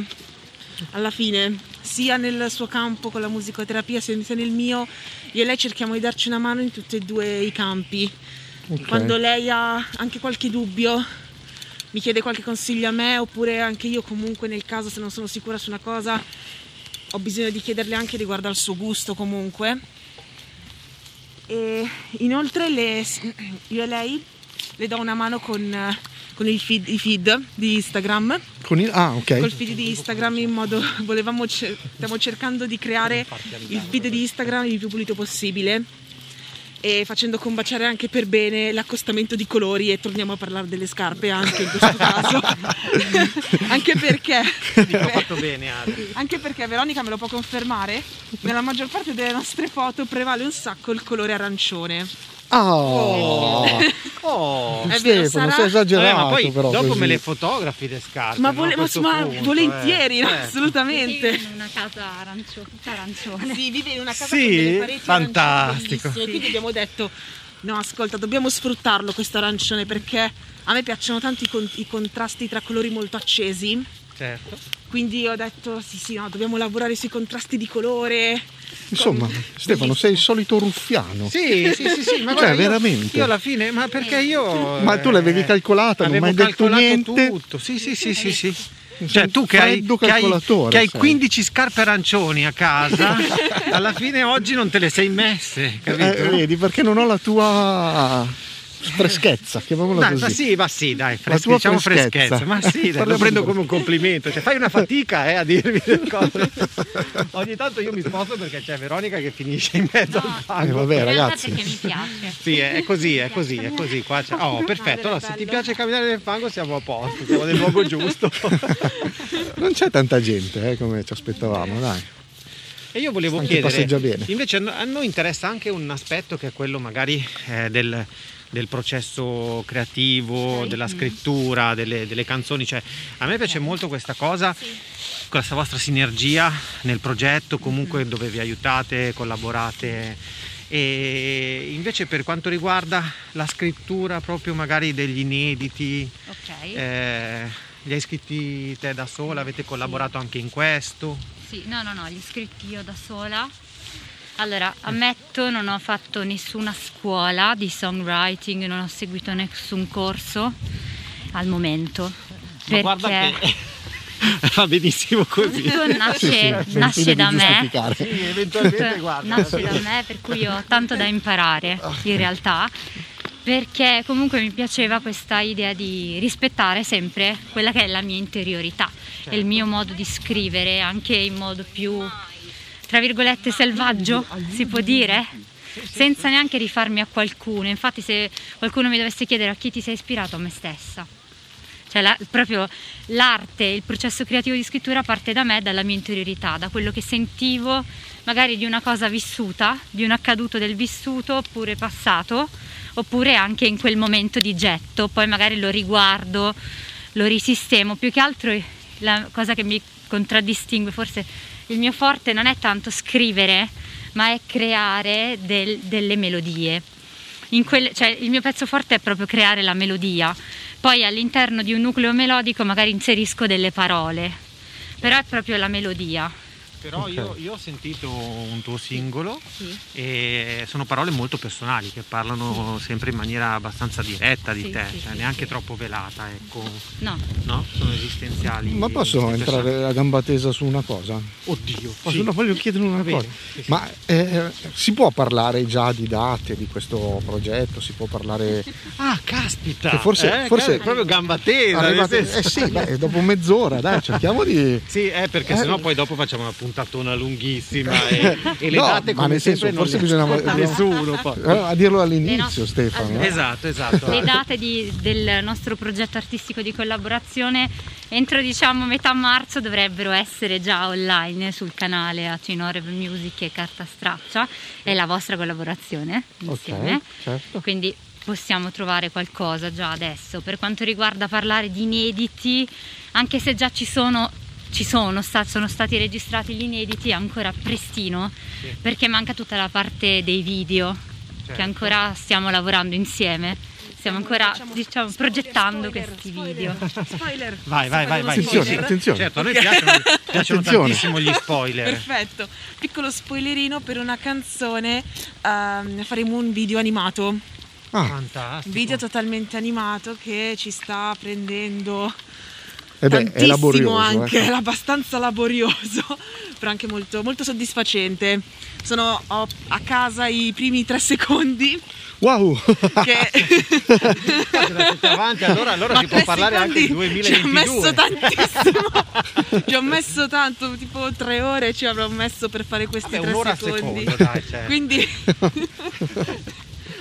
F: alla fine, sia nel suo campo con la musicoterapia, sia sia nel mio, io e lei cerchiamo di darci una mano in tutti e due i campi.
B: ok.
F: Quando lei ha anche qualche dubbio, mi chiede qualche consiglio a me, oppure anche io comunque nel caso se non sono sicura su una cosa, ho bisogno di chiederle anche riguardo al suo gusto comunque. E inoltre le- io e lei le do una mano con, eh, con il feed, i feed di Instagram
B: Con il- ah, ok.
F: col feed di Instagram in modo volevamo cer- stiamo cercando di creare il feed di Instagram il più pulito possibile e facendo combaciare anche per bene l'accostamento di colori e torniamo a parlare delle scarpe anche in questo caso anche perché
A: Dico, ho fatto bene, Ale.
F: anche perché Veronica me lo può confermare nella maggior parte delle nostre foto prevale un sacco il colore arancione
B: Ah,
A: Oh.
F: È
B: Stefano,
F: vero, sarà-
B: sei
A: Vabbè,
B: esagerato
A: Eh, ma poi
B: però.
A: dopo
B: così.
A: me le fotografi le scarpe.
F: ma,
A: no,
F: vole-
A: a
F: ma-
A: questo
F: ma
A: punto,
F: volentieri
A: eh.
F: no,
A: Eh.
F: assolutamente
E: in una casa arancio- tutta arancione.
F: Sì, vive in una casa
A: Sì?
F: con delle pareti
A: Fantastico.
F: arancione bellissime, Quindi abbiamo detto: no, ascolta, dobbiamo sfruttarlo questo arancione perché a me piacciono tanto i, con- i contrasti tra colori molto accesi.
A: certo.
F: Quindi ho detto sì sì, no, dobbiamo lavorare sui contrasti di colore.
B: Insomma,
F: Con-
B: Stefano, sei il solito ruffiano.
A: Sì, sì, sì, sì, ma
B: Cioè,
A: guarda, io-
B: veramente.
A: Io alla fine, ma perché io...
B: Ma tu l'avevi calcolata, non
A: Eh, avevo
B: mi hai detto
A: calcolato
B: niente.
A: tutto, sì, sì, sì, sì, sì.
B: Sei
A: Cioè
B: un
A: tu che hai,
B: freddo
A: che hai-
B: calcolatore,
A: che hai
B: sai.
A: 15 scarpe arancioni a casa, alla fine oggi non te le sei messe, capito?
B: Eh, vedi, perché non ho la tua freschezza, chiamiamola
A: Dai,
B: così.
A: ma sì, ma sì, dai, fres-
B: La tua
A: diciamo
B: freschezza.
A: freschezza. Ma sì, dai, lo
B: Parliamo
A: prendo
B: di-
A: come un complimento. Cioè, fai una fatica eh, a dirmi le cose. Ogni tanto io mi sposto perché c'è Veronica che finisce in mezzo
E: No.
A: al
B: Eh,
A: fango.
B: vabbè,
E: in realtà
B: ragazzi.
E: perché mi piace.
A: Sì, è così, è così, è così. Qua c'è- Oh, perfetto. Allora, se ti piace camminare nel fango, siamo a posto, siamo nel luogo giusto.
B: Non c'è tanta gente eh, come ci aspettavamo, dai.
A: E io volevo
B: Anche passeggia
A: chiedere,
B: bene.
A: invece a no- a noi interessa anche un aspetto che è quello magari eh, del, del processo creativo,
E: Ok.
A: della
E: Mm.
A: scrittura, delle, delle canzoni, cioè a me piace molto questa cosa, questa vostra sinergia nel progetto, comunque dove vi aiutate, collaborate. E invece per quanto riguarda la scrittura proprio magari degli inediti,
E: Ok.
A: eh, li hai scritti te da sola, avete collaborato anche in questo?
E: Sì, no, no, no, gli scritti io da sola. Allora, ammetto, non ho fatto nessuna scuola di songwriting, non ho seguito nessun corso al momento.
A: Ma
E: Perché
A: guarda che va benissimo così.
E: tutto nasce,
B: Sì, sì,
E: nasce
B: devi
E: da me.
B: giustificare.
A: Eventualmente
E: Tutto nasce da me, per cui ho tanto da imparare in realtà. Perché comunque mi piaceva questa idea di rispettare sempre quella che è la mia interiorità e il mio modo di scrivere, anche in modo più, tra virgolette, selvaggio, si può dire, senza neanche rifarmi a qualcuno. Infatti se qualcuno mi dovesse chiedere a chi ti sei ispirato, a me stessa. Cioè la- proprio l'arte, il processo creativo di scrittura parte da me, dalla mia interiorità, da quello che sentivo magari di una cosa vissuta, di un accaduto del vissuto oppure passato, oppure anche in quel momento di getto, poi magari lo riguardo, lo risistemo. Più che altro la cosa che mi contraddistingue, forse il mio forte non è tanto scrivere, ma è creare del- delle melodie. In quel- cioè, il mio pezzo forte è proprio creare la melodia. Poi all'interno di un nucleo melodico magari inserisco delle parole, però è proprio la melodia.
A: Però io, io ho sentito un tuo singolo
E: Sì.
A: e sono parole molto personali che parlano sempre in maniera abbastanza diretta di
E: Sì,
A: te,
E: sì,
A: cioè
E: sì,
A: neanche
E: sì.
A: troppo velata, ecco.
E: No,
A: No? Sono esistenziali.
B: Ma posso
A: queste
B: entrare a gamba tesa su una cosa?
A: persone. Oddio.
B: Posso,
A: sì.
B: no, voglio chiedere una
A: Va bene,
B: cosa.
A: sì, sì.
B: Ma eh, si può parlare già di date di questo progetto? Si può parlare...
A: Ah, caspita!
B: Che forse-
A: eh,
B: forse-
A: è proprio gamba tesa. nel
B: Arrivate-
A: senso-
B: Eh sì, beh, dopo mezz'ora, dai, cerchiamo di...
A: Sì, eh, perché
B: Eh.
A: sennò poi dopo facciamo una puntatona lunghissima e, e le
B: No,
A: date
B: ma
A: come
B: nel senso,
A: sempre non
B: forse
A: le
B: bisognava-
A: ascolta nessuno poi.
B: Eh, A dirlo
E: Le
B: all'inizio,
E: nostre-
B: Stefano.
E: allora-
B: eh.
A: Esatto, esatto.
E: le date di- del nostro progetto artistico di collaborazione entro diciamo metà marzo dovrebbero essere già online sul canale Acinore Music e Carta Straccia e la vostra collaborazione insieme.
B: Ok, certo.
E: Quindi possiamo trovare qualcosa già adesso. Per quanto riguarda parlare di inediti, anche se già ci sono, ci sono, sta- sono stati registrati gli inediti, è ancora prestino
A: Sì.
E: perché manca tutta la parte dei video che
A: Certo.
E: ancora stiamo lavorando insieme. Stiamo ancora
F: Facciamo
E: diciamo,
F: spoiler,
E: progettando
F: spoiler,
E: questi
F: spoiler,
E: video.
F: Spoiler.
A: Vai, vai, vai, vai.
B: Attenzione,
F: Stiamo facendo spoiler.
B: attenzione.
A: Certo, a noi piacciono, piacciono
B: Attenzione.
A: tantissimo gli spoiler.
F: Perfetto. Piccolo spoilerino per una canzone. ehm, faremo un video animato. Un
B: Ah,
A: Fantastico.
F: video totalmente animato che ci sta prendendo
B: eh beh, è
F: tantissimo
B: laborioso.
F: anche,
B: eh.
F: è abbastanza laborioso, però anche molto, molto soddisfacente. Sono ho a casa i primi tre secondi
B: Wow!
F: che
A: Tutti avanti, allora, allora
F: Ma
A: si può
F: tre
A: parlare anche di
F: secondi
A: 2022.
F: Ci ho messo tantissimo. ci ho messo tanto, tipo tre ore ci avrò messo per fare questi
A: Vabbè,
F: tre
A: un'ora al
F: secondi.
A: secondo, dai, cioè.
F: Quindi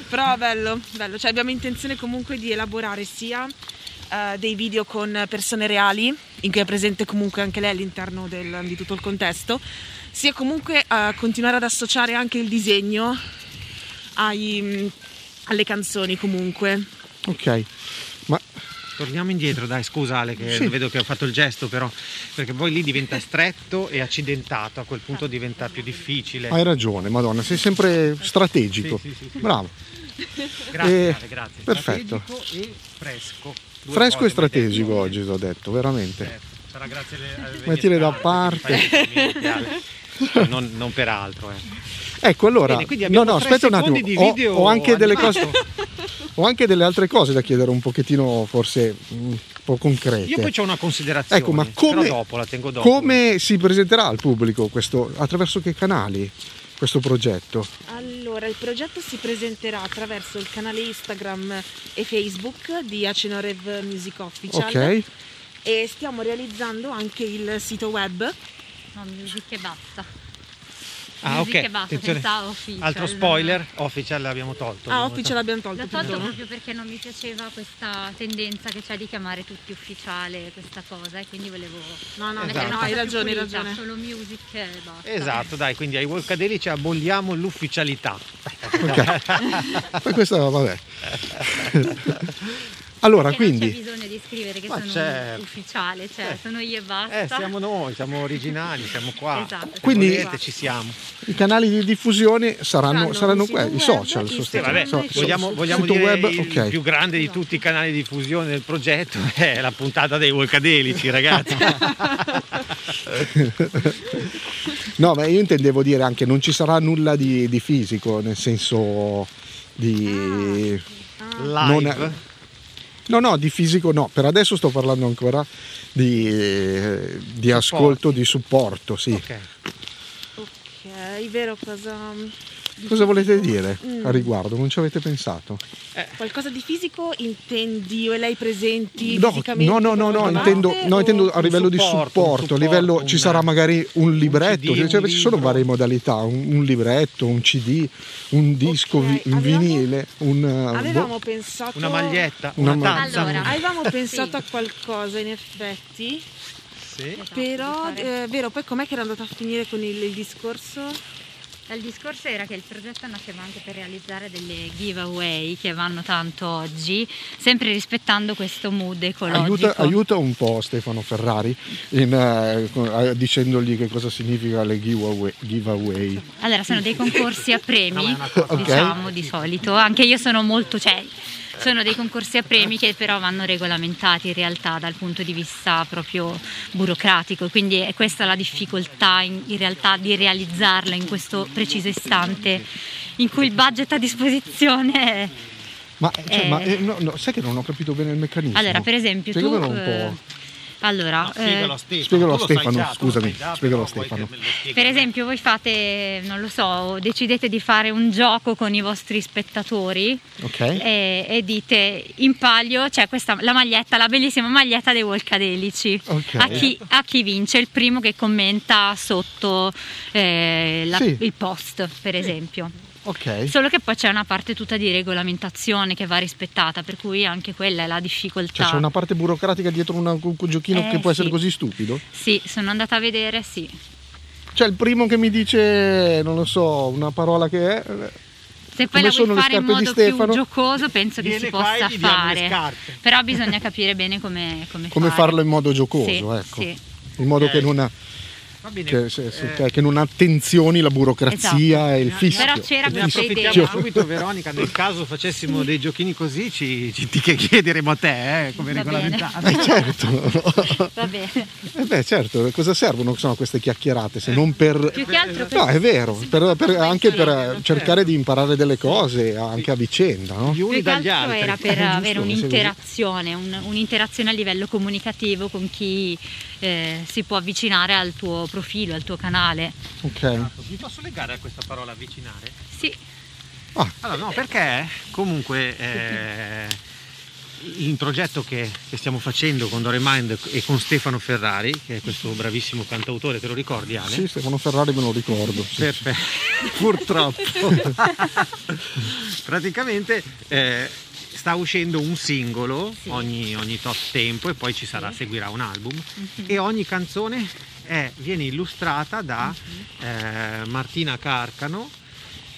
F: Però bello, bello, cioè abbiamo intenzione comunque di elaborare sia eh, dei video con persone reali, in cui è presente comunque anche lei all'interno del- di tutto il contesto, sia comunque eh, continuare ad associare anche il disegno ai- mm, alle canzoni comunque.
B: Ok, ma
A: Torniamo indietro, dai, scusa Ale, che
B: Sì.
A: vedo che ho fatto il gesto, però, perché poi lì diventa stretto e accidentato, a quel punto diventa più difficile.
B: hai ragione, Madonna, sei sempre strategico.
A: Sì, sì, sì, sì.
B: Bravo.
A: Grazie,
B: Eh,
A: Ale, grazie.
B: perfetto.
A: Strategico e fresco. Due
B: Fresco e
A: cose, mi hai detto.
B: strategico oggi, ti ho detto, veramente.
A: Certo. Sarà grazie alle, alle
B: Mettile da
A: mie
B: parte.
A: spalle, quindi fai niente, Ale. Cioè, non, non per altro. eh.
B: Ecco, allora,
A: Bene, quindi
B: no,
A: abbiamo
B: no,
A: tre
B: aspetta un attimo,
A: secondi di
B: ho,
A: video
B: ho anche delle
A: animato.
B: cose, ho anche delle altre cose da chiedere un pochettino, forse mh, un po' concrete.
A: Io poi ho una considerazione.
B: Ecco, ma
A: però
B: come,
A: dopo la tengo dopo.
B: come si presenterà al pubblico questo, attraverso che canali questo progetto?
F: Allora, il progetto si presenterà attraverso il canale Instagram e Facebook di Acenorev Music Official
B: Ok,
F: e stiamo realizzando anche il sito web.
E: No, music e basta.
A: Ah,
E: Music
A: ok.
E: e basta,
A: Attenzione.
E: pensavo official.
A: Altro spoiler, Official l'abbiamo tolto.
F: Ah,
A: Abbiamo
F: Official l'abbiamo tolto.
E: L'ho tolto
F: tutto, no?
E: proprio perché non mi piaceva questa tendenza che c'è di chiamare tutti ufficiale questa cosa e quindi volevo
F: No, no,
E: mettere
A: Esatto.
E: una
F: no,
E: cosa
F: hai
E: più
F: ragione, hai
E: pulita,
F: ragione.
E: solo music e basta.
A: Esatto, dai, quindi ai Wolcadelici aboliamo l'ufficialità.
B: poi questo vabbè. allora,
E: Perché non c'è
B: quindi,
E: bisogno di scrivere che
A: Ma
E: sono
A: certo.
E: ufficiale, cioè
A: Eh.
E: sono io e basta.
A: Eh, siamo noi, siamo originali, siamo qua.
E: Esatto.
A: Se
B: Quindi-
A: volete, ci siamo.
B: i canali di diffusione saranno,
F: Saranno
B: saranno
F: sito
B: quelli, i
F: web,
B: social.
F: Instagram,
A: Sì, vabbè,
B: sostanzialmente.
E: Secondo me
B: So-
A: vogliamo,
B: so-
A: vogliamo
B: sito
A: dire
B: web,
A: il
B: ok.
A: più grande di
E: Esatto.
A: tutti i canali di diffusione del progetto è la puntata dei Wolcadelici, ragazzi.
B: No, ma io intendevo dire anche non ci sarà nulla di, di fisico, nel senso di...
F: Ah,
A: Live.
B: Non- No, no, di fisico no, per adesso sto parlando ancora di, eh, di ascolto, di supporto, sì.
A: Ok.
F: Ah, ok, vero cosa...
B: Cosa volete dire
F: Mm.
B: a riguardo? Non ci avete pensato?
F: Qualcosa di fisico intendi io e lei presenti
B: No,
F: fisicamente?
B: no, no, no, no,
F: Guardate
B: intendo, no,
F: o-
B: intendo a
A: un
B: livello di
A: supporto, un
B: supporto, a livello
A: supporto,
B: ci
A: un-
B: sarà magari un libretto,
A: un CD,
B: cioè,
A: un
B: ci sono
A: libro.
B: varie modalità, un, un libretto, un CD, un disco, vi- un
F: avevamo-
B: vinile, un... eh, boh.
F: Avevamo pensato...
A: Una maglietta,
B: Una
A: una,
B: ma-
A: tazza.
E: Allora.
F: Avevamo pensato a
E: Sì.
F: qualcosa in effetti,
A: Sì.
E: Esatto,
F: però
E: di fare-
F: è vero, poi com'è che era andata a finire con il, il discorso?
E: Il discorso era che il progetto nasceva anche per realizzare delle giveaway che vanno tanto oggi, sempre rispettando questo mood ecologico.
B: Aiuta, aiuta un po' Stefano Ferrari in, eh, con- eh, dicendogli che cosa significa le giveaway. giveaway.
E: Allora, sono dei concorsi a
A: No, ma è
E: premi,
A: una cosa-
E: diciamo di solito. Anche io sono molto, cioè, sono dei concorsi a premi che però vanno regolamentati in realtà dal punto di vista proprio burocratico. Quindi è questa la difficoltà in, in realtà di realizzarla in questo preciso istante in cui il budget a disposizione è.
B: Ma, cioè,
E: Eh.
B: ma, eh, no, no, sai che non ho capito bene il meccanismo?
E: Allora, per esempio, tu.
B: Spiegamelo un
E: eh,
B: po'.
E: allora,
A: No, Ah, spiegalo
E: eh,
A: a Stefano,
B: spiegalo a
A: tu lo sai
B: Stefano,
A: già, tu lo
B: scusami,
A: sai già, però
B: spiegalo a Stefano.
A: vuoi che me lo spieghi?
E: Per esempio voi fate, non lo so, decidete di fare un gioco con i vostri spettatori
B: Ok?
E: e, e dite in palio c'è questa, la maglietta, la bellissima maglietta dei Volcadelici.
B: Ok.
E: A chi, a chi vince? Il primo che commenta sotto eh, la-
B: Sì.
E: il post, per esempio.
B: Ok. Cioè,
E: Solo che poi c'è una parte tutta di regolamentazione che va rispettata, per cui anche quella è la difficoltà.
B: Cioè, c'è una parte burocratica dietro una- un giochino
E: Eh,
B: che può essere
E: sì.
B: così stupido?
E: Sì, sono andata a vedere, sì.
B: Cioè, il primo che mi dice, non lo so, una parola che è. eh,
E: Se poi
B: Come
E: la
B: sono
E: vuoi
B: le
E: fare
B: scarpe
E: in
B: di
E: modo più
B: Stefano?
E: giocoso, penso che
A: Viene
E: si
A: qua e
E: possa
A: gli diamo le
E: fare.
A: scarpe.
E: Però bisogna capire bene come, come,
B: Come
E: fare.
B: farlo in modo giocoso,
E: Sì,
B: ecco.
E: sì. Eh,
B: In modo
A: Ok.
B: che non,
A: Va bene,
B: che, se- se-
A: eh,
B: cioè, che non attenzioni la burocrazia e il
A: Però
B: fischio.
E: Esatto. c'era
B: Il
A: Ne
E: questa
B: fischio.
E: idea.
A: approfittiamo subito Veronica, nel caso facessimo dei giochini così ci, ci- ti chiederemo a te eh, come
E: Va bene.
A: regolamentare.
B: Eh, certo.
E: Va bene.
B: Eh beh, certo, cosa servono sono queste chiacchierate se non per...
E: Eh. Più che altro per-
B: No, è vero, per- per- anche per
F: certo.
B: cercare di imparare delle cose anche a vicenda, no?
A: Gli uni
E: Più che
A: dagli
E: altro
A: altri.
E: era per
B: Eh, giusto,
E: avere
B: mi segui?
E: un'interazione, un- un'interazione a livello comunicativo con chi eh, si può avvicinare al tuo profilo, al tuo canale.
B: Ok.
A: Esatto, Mi posso legare a questa parola avvicinare?
E: Sì,
A: Allora, no, perché comunque eh, il progetto che, che stiamo facendo con Doremind e con Stefano Ferrari, che è questo bravissimo cantautore, te lo ricordi Ale?
B: Sì, Stefano Ferrari me lo ricordo. sì.
A: Perfetto, purtroppo. Praticamente eh, sta uscendo un singolo
E: Sì.
A: ogni, ogni tot tempo e poi ci sarà, seguirà un album
E: Mhm.
A: e ogni canzone è- viene illustrata da
E: Mhm.
A: eh, Martina Carcano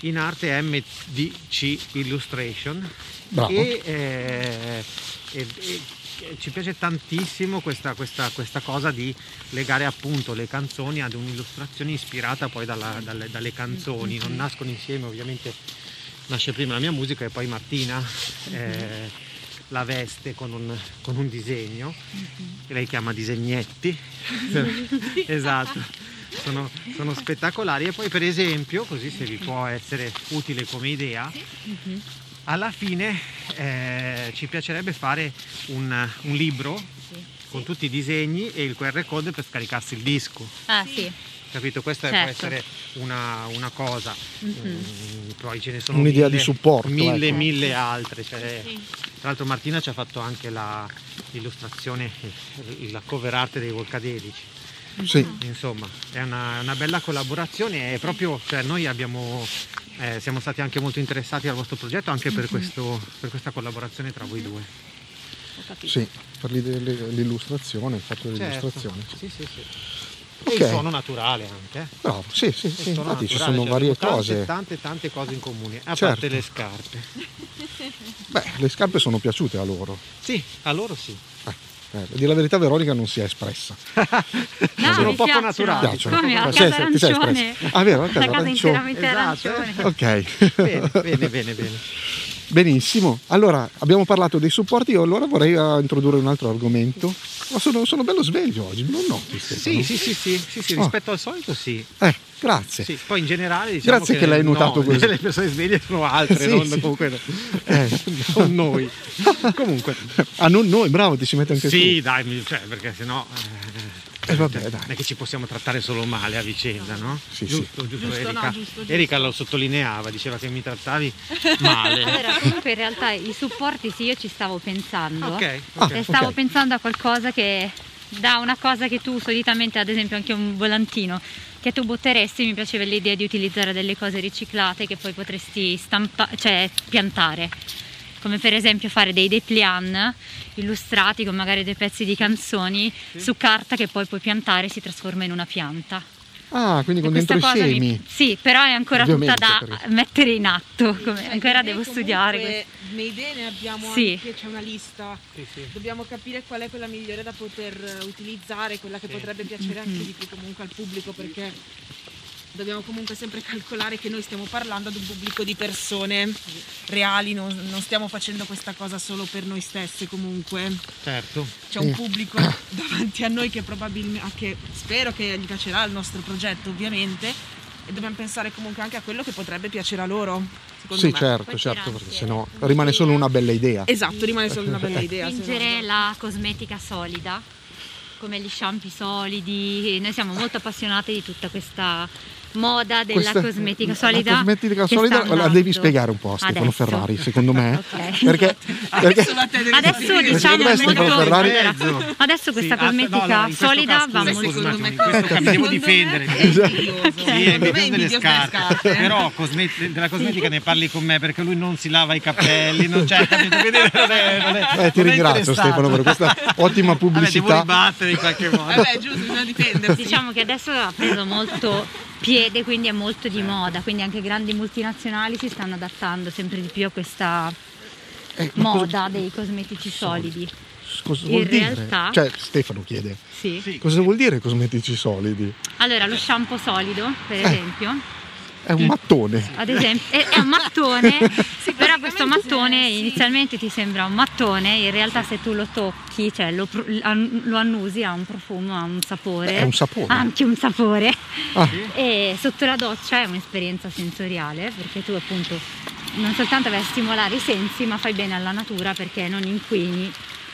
A: in arte MDC Illustration
B: Bravo.
A: e, eh, e- e- e ci piace tantissimo questa, questa- questa cosa di legare appunto le canzoni ad un'illustrazione ispirata poi dalla- dalle, dalle canzoni, non nascono insieme ovviamente, nasce prima la mia musica e poi Martina. eh, la veste con un, con un disegno, che lei chiama disegnetti. esatto. Sono, sono spettacolari e poi per esempio, così se vi può essere utile come idea, Mhm. alla fine eh, ci piacerebbe fare un, un libro con tutti i disegni e il QR code per scaricarsi il disco.
E: Ah sì,
A: Capito? Questa
E: Certo.
A: può essere una, una cosa,
F: Mm-hmm.
E: Mhm.
A: Mm, poi ce ne sono
B: Un'idea
A: mille-
B: di supporto,
A: Mille,
B: ecco.
A: mille altre. cioè,
F: Sì.
A: Tra l'altro Martina ci ha fatto anche la- l'illustrazione, eh, la cover art dei Volcadelici.
B: Sì.
A: Insomma, è una, una bella collaborazione e proprio cioè, noi abbiamo, eh, siamo stati anche molto interessati al vostro progetto anche
B: Mhm.
A: per, questo- per questa collaborazione tra voi due.
E: ho capito.
B: Sì, per l'ide- l'illustrazione, il fatto dell'illustrazione.
A: Certo. Sì, sì, sì.
B: Ok.
A: E il suono naturale anche. eh.
B: Bravo, sì, sì,
A: Il
B: sì,
A: suono
B: infatti ci
A: naturale,
B: sono
A: cioè,
B: varie
A: tante,
B: cose.
A: Tante, tante cose in comune, a
B: Certo.
A: parte le scarpe.
B: Beh, le scarpe sono piaciute a loro.
A: Sì, a loro sì.
B: Eh, per dire la verità Veronica non si è espressa.
E: No,
A: sono
E: mi
A: poco
E: piacciono.
A: naturali.
B: Piacciono.
E: Come a
B: Ti
E: casa
B: sei- ti sei
E: arancione.
B: espressa. Ah, vero, a casa
E: La casa
B: arancione.
E: interamente
A: Esatto.
E: arancione.
B: Ok,
A: Bene, bene, bene, bene.
B: benissimo. Allora, abbiamo parlato dei supporti, io allora vorrei eh, introdurre un altro argomento. Ma sono, sono bello sveglio oggi, non noti.
A: Sì,
B: Stefano?
A: sì, sì, sì, sì, sì,
B: Ah.
A: rispetto al solito sì.
B: Eh, grazie.
A: Sì, poi in generale diciamo
B: Grazie che l'hai notato
A: no,
B: così.
A: Le persone sveglie sono altre,
B: Sì,
A: non,
B: sì.
A: comunque,
B: Eh.
A: non noi. comunque,
B: Ah, non noi, bravo, ti si mette anche
A: sì, dai, mi- cioè, perché sennò eh,
B: Eh, vabbè,
A: cioè,
B: dai.
A: non è che ci possiamo trattare solo male a vicenda, no?
B: Sì, sì.
A: giusto, giusto,
F: Giusto,
A: Erika.
F: no, giusto, giusto.
A: Erika lo sottolineava, diceva che mi trattavi male.
E: Allora, comunque in realtà i supporti sì, io ci stavo pensando.
A: ok,
B: Ah,
A: ok.
E: E stavo
B: ok.
E: pensando a qualcosa che da una cosa che tu solitamente, ad esempio anche un volantino, che tu butteresti, mi piaceva l'idea di utilizzare delle cose riciclate che poi potresti stampare, cioè piantare. Come per esempio fare dei dépliant illustrati con magari dei pezzi di canzoni su carta che poi puoi piantare e si trasforma in una pianta.
B: tu. Ah, quindi con
E: E questa
B: dentro i
E: cosa mi-
B: semi.
E: Sì, però è ancora
B: Ovviamente,
E: tutta da
B: perché-
E: mettere in atto, come-
F: Cioè,
E: ancora
F: di
E: devo
F: idee
E: studiare.
F: comunque-
E: questo.
F: Ne idee ne abbiamo
E: Sì.
F: anche, c'è una lista.
A: Sì, sì.
F: Dobbiamo capire qual è quella migliore da poter eh, utilizzare, quella che
A: Sì.
F: potrebbe
E: Mhm.
F: piacere anche di più comunque al pubblico perché dobbiamo comunque sempre calcolare che noi stiamo parlando ad un pubblico di persone reali, non, non stiamo facendo questa cosa solo per noi stesse comunque.
A: Certo.
F: C'è un pubblico davanti a noi che probabilmente, a che spero che gli piacerà il nostro progetto ovviamente e dobbiamo pensare comunque anche a quello che potrebbe piacere a loro, secondo
B: Sì,
F: me.
B: certo,
E: Poi
B: certo,
E: c'era
B: perché
E: anche
B: sennò
E: una
B: rimane solo
E: idea.
B: una bella idea.
F: Esatto, rimane solo una
B: Eh.
F: bella idea. secondo
E: Spingere
F: me.
E: la cosmetica solida, come gli shampoo solidi. Noi siamo molto appassionati di tutta questa moda della
B: Questa-
E: cosmetica
B: la
E: solida.
B: cosmetica
E: che
B: solida
E: sta
B: la devi
E: andando
B: spiegare un po', Stefano
E: adesso.
B: Ferrari, secondo me.
E: Ok.
B: Perché, perché-
F: Adesso la te devi
E: Adesso
F: dire.
E: diciamo
B: me Stefano
E: molto-
B: Ferrari-
A: Mezzo.
E: Adesso questa
A: Sì, ah,
E: cosmetica
A: no, no, in questo
E: solida
A: caso,
E: va
A: scusa,
E: molto
A: scusa un attimo, in
E: bene.
A: questo caso mi devo
F: Secondo me-
A: difendere. Sì, è
F: Secondo me
A: invidioso delle
F: invidioso delle
A: scarpe.
F: scarpe.
A: Però cosme- della cosmetica ne parli con me perché lui non si lava i capelli, non c'è capito? Quindi non è- non è- non
B: eh,
A: è
B: ti ringrazio
A: interessato.
B: Stefano per questa ottima
A: Vabbè, devo
B: pubblicità.
A: ribattere in qualche modo.
F: Vabbè, Eh giusto, bisogna difendersi.
E: Diciamo che adesso ha preso molto piede, quindi è molto di moda, quindi anche grandi multinazionali si stanno adattando sempre di più a questa
B: Eh, ma cosa-
E: moda dei cosmetici solidi.
B: cosa
E: in
B: vuol dire?
E: realtà-
B: Cioè, Stefano chiede,
E: Sì.
A: Sì.
B: cosa vuol dire cosmetici solidi?
E: Allora, lo shampoo solido, per
B: Eh.
E: esempio,
B: È un mattone.
E: ad esempio, è, è un mattone, però questo
F: praticamente
E: mattone
F: sì.
E: inizialmente ti sembra un mattone, in realtà se tu lo tocchi, cioè lo, pro- an- lo annusi, ha un profumo, ha un sapore.
B: È un sapore.
E: Anche un sapore.
B: Ah.
E: E sotto la doccia è un'esperienza sensoriale, perché tu appunto non soltanto vai a stimolare i sensi, ma fai bene alla natura perché non inquini.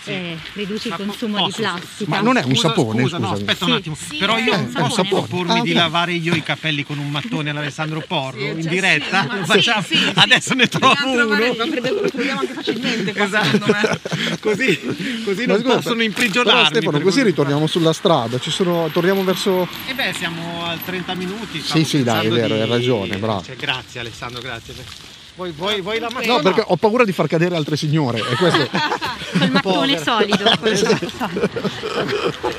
A: Sì.
E: eh, riduci il
A: Ma po-
E: consumo di
A: posso?
E: plastica.
B: Ma non è un
A: Scusa,
B: sapone,
A: scusa, no,
B: scusami.
A: aspetta
E: Sì.
A: un attimo.
E: Sì,
A: Però
E: è
A: io
E: un
A: posso
E: sapone.
A: propormi
B: Ah,
A: di
B: ok.
A: lavare io i capelli con un mattone all'Alessandro Porro
F: Sì,
A: in
F: cioè,
A: diretta?
F: sì, ma-
A: Lo facciamo?
F: sì, sì, sì.
A: Adesso ne trovo
F: Dobbiamo trovare-
A: uno.
F: ma credo che lo troviamo anche facilmente qua, secondo me.
A: Esatto. Così, così
B: Ma
A: non
B: scusa,
A: possono
B: Però
A: imprigionarmi. per
B: Stefano, così
A: quello che
B: ritorniamo sulla strada, ci sono, torniamo verso...
A: E beh, siamo a 30 minuti.
B: Sì, sì, dai,
A: pensando
B: è vero,
A: di-
B: hai ragione, bravo.
A: Cioè, grazie Alessandro, grazie. Vuoi, vuoi, vuoi la macchina?
B: No, perché ho paura di far cadere altre signore, è questo.
E: Col mattone
A: Povero.
E: solido. col
B: Esatto.
E: mattone solido.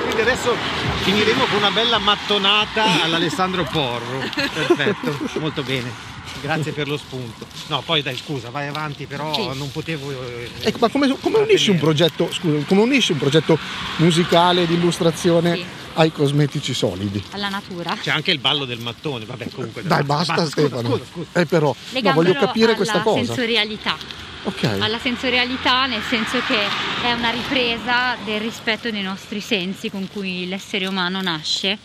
A: Quindi adesso finiremo con una bella mattonata all'Alessandro Porro. Perfetto, molto bene. Grazie per lo spunto. No, poi dai, scusa, vai avanti, però
E: Sì.
A: non potevo. eh,
B: Ecco, ma come, come unisci un
A: trattenere.
B: progetto, scusa, come unisci un progetto musicale di illustrazione
E: Sì.
B: ai cosmetici solidi?
E: Alla natura.
A: C'è anche il ballo del mattone, vabbè, comunque.
B: Dai, basta,
A: scusa,
B: Stefano.
A: Scusa, scusa.
B: Eh, però, no,
E: Legandolo
B: voglio capire questa
E: alla
B: cosa.
E: sensorialità.
B: Ok.
E: alla sensorialità, nel senso che è una ripresa del rispetto dei nostri sensi con cui l'essere umano nasce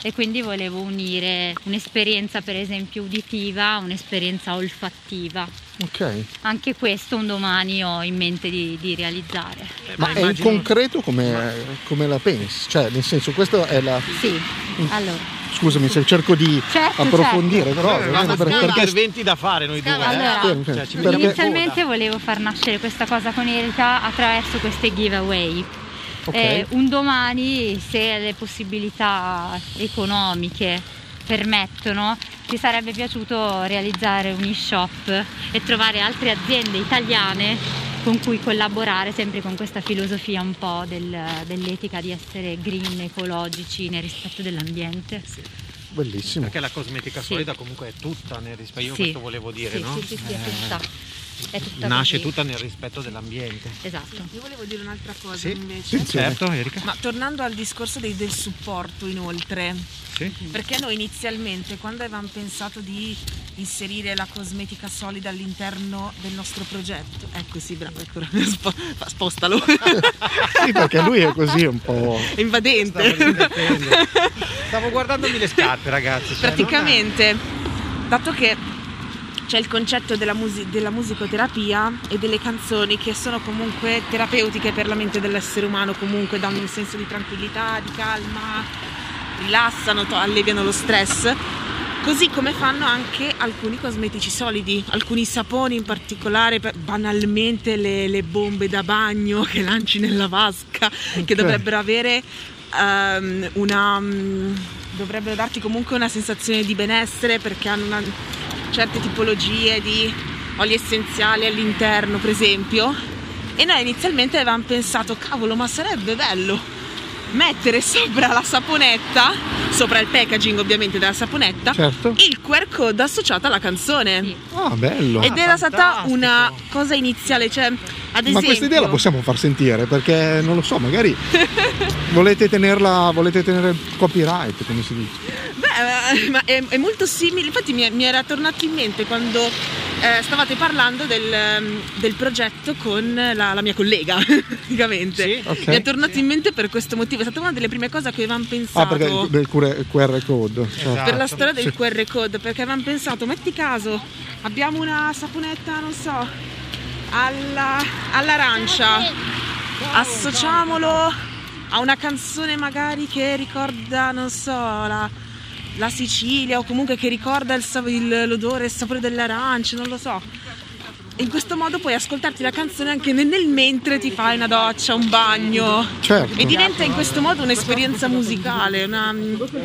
E: e quindi volevo unire un'esperienza per esempio uditiva a un'esperienza olfattiva.
A: Eh,
B: ok.
E: Anche questo un domani ho in mente di, di realizzare.
A: Eh,
B: Ma, è in
A: immagino-
B: concreto come, come la pensi? Cioè, nel senso, questo è la.
E: Sì, allora.
B: Scusami se cerco di
E: Certo,
B: approfondire, però.
A: Eh,
B: almeno
A: ma
B: per-
A: abbiamo
B: perché-
A: interventi da fare noi due. eh.
E: Allora,
B: Fermi, fermi.
A: Cioè, ci
B: Perché-
E: Inizialmente volevo far nascere questa cosa con Erika attraverso queste giveaway.
B: Ok.
E: Eh, un domani, se le possibilità economiche permettono, ci sarebbe piaciuto realizzare un e-shop e trovare altre aziende italiane con cui collaborare sempre con questa filosofia un po' del- dell'etica di essere green, ecologici nel rispetto dell'ambiente.
B: Bellissimo.
A: Perché la cosmetica
E: Sì.
A: solida comunque è tutta nel rispetto, io
E: Sì.
A: questo volevo dire,
E: Sì,
A: no?
E: sì, sì, sì, è
A: Eh,
E: tutta. È tutta
A: Nasce
E: così.
A: tutta nel rispetto dell'ambiente.
E: Esatto.
F: Io volevo dire un'altra cosa
A: Sì.
F: invece.
B: Sì.
A: Certo, Erika.
F: Ma tornando al discorso dei- del supporto inoltre,
A: Sì.
F: perché noi inizialmente quando avevamo pensato di inserire la cosmetica solida all'interno del nostro progetto, ecco sì bravo, ecco, spo- fa- spostalo,
B: Sì, perché lui è così un po'.
F: è
A: Stavo,
F: invadente.
A: divertendo. Stavo guardandomi le scarpe, ragazzi. cioè,
F: Praticamente, dato che c'è il concetto della, musi- della musicoterapia e delle canzoni che sono comunque terapeutiche per la mente dell'essere umano, comunque danno un senso di tranquillità, di calma, rilassano, to- alleviano lo stress. Così come fanno anche alcuni cosmetici solidi, alcuni saponi in particolare, per- banalmente le, le bombe da bagno che lanci nella vasca, che
B: Ok.
F: dovrebbero avere ehm, una. mm, dovrebbero darti comunque una sensazione di benessere perché hanno una- certe tipologie di oli essenziali all'interno, per esempio. E noi inizialmente avevamo pensato, cavolo, ma sarebbe bello mettere sopra la saponetta, sopra il packaging ovviamente della saponetta,
B: Certo.
F: il QR code associato alla canzone.
E: Sì.
B: Ah, bello.
F: Ed era stata
A: fantastico.
F: una cosa iniziale, cioè ad esempio...
B: Ma questa idea la possiamo far sentire perché non lo so, magari volete tenerla, volete tenere il copyright, come si dice.
F: Beh, eh, ma è, è molto simile, infatti mi, mi era tornato in mente quando eh, stavate parlando del, ehm, del progetto con la, la mia collega, praticamente.
A: Sì.
B: Ok.
F: Mi è tornato in mente per questo motivo, è stata una delle prime cose a cui avevamo pensato.
B: Ah, perché il- del QR, QR code. certo.
F: per la
A: Esatto.
F: storia
B: Sì.
F: del QR code perché avevamo pensato metti caso abbiamo una saponetta non so alla- all'arancia associamolo a una canzone magari che ricorda non so la, la Sicilia o comunque che ricorda il sa- il- l'odore e il sapore dell'arancia non lo so E in questo modo puoi ascoltarti la canzone anche nel, nel mentre ti fai una doccia, un bagno.
B: Certo.
F: E diventa in questo modo un'esperienza musicale, una-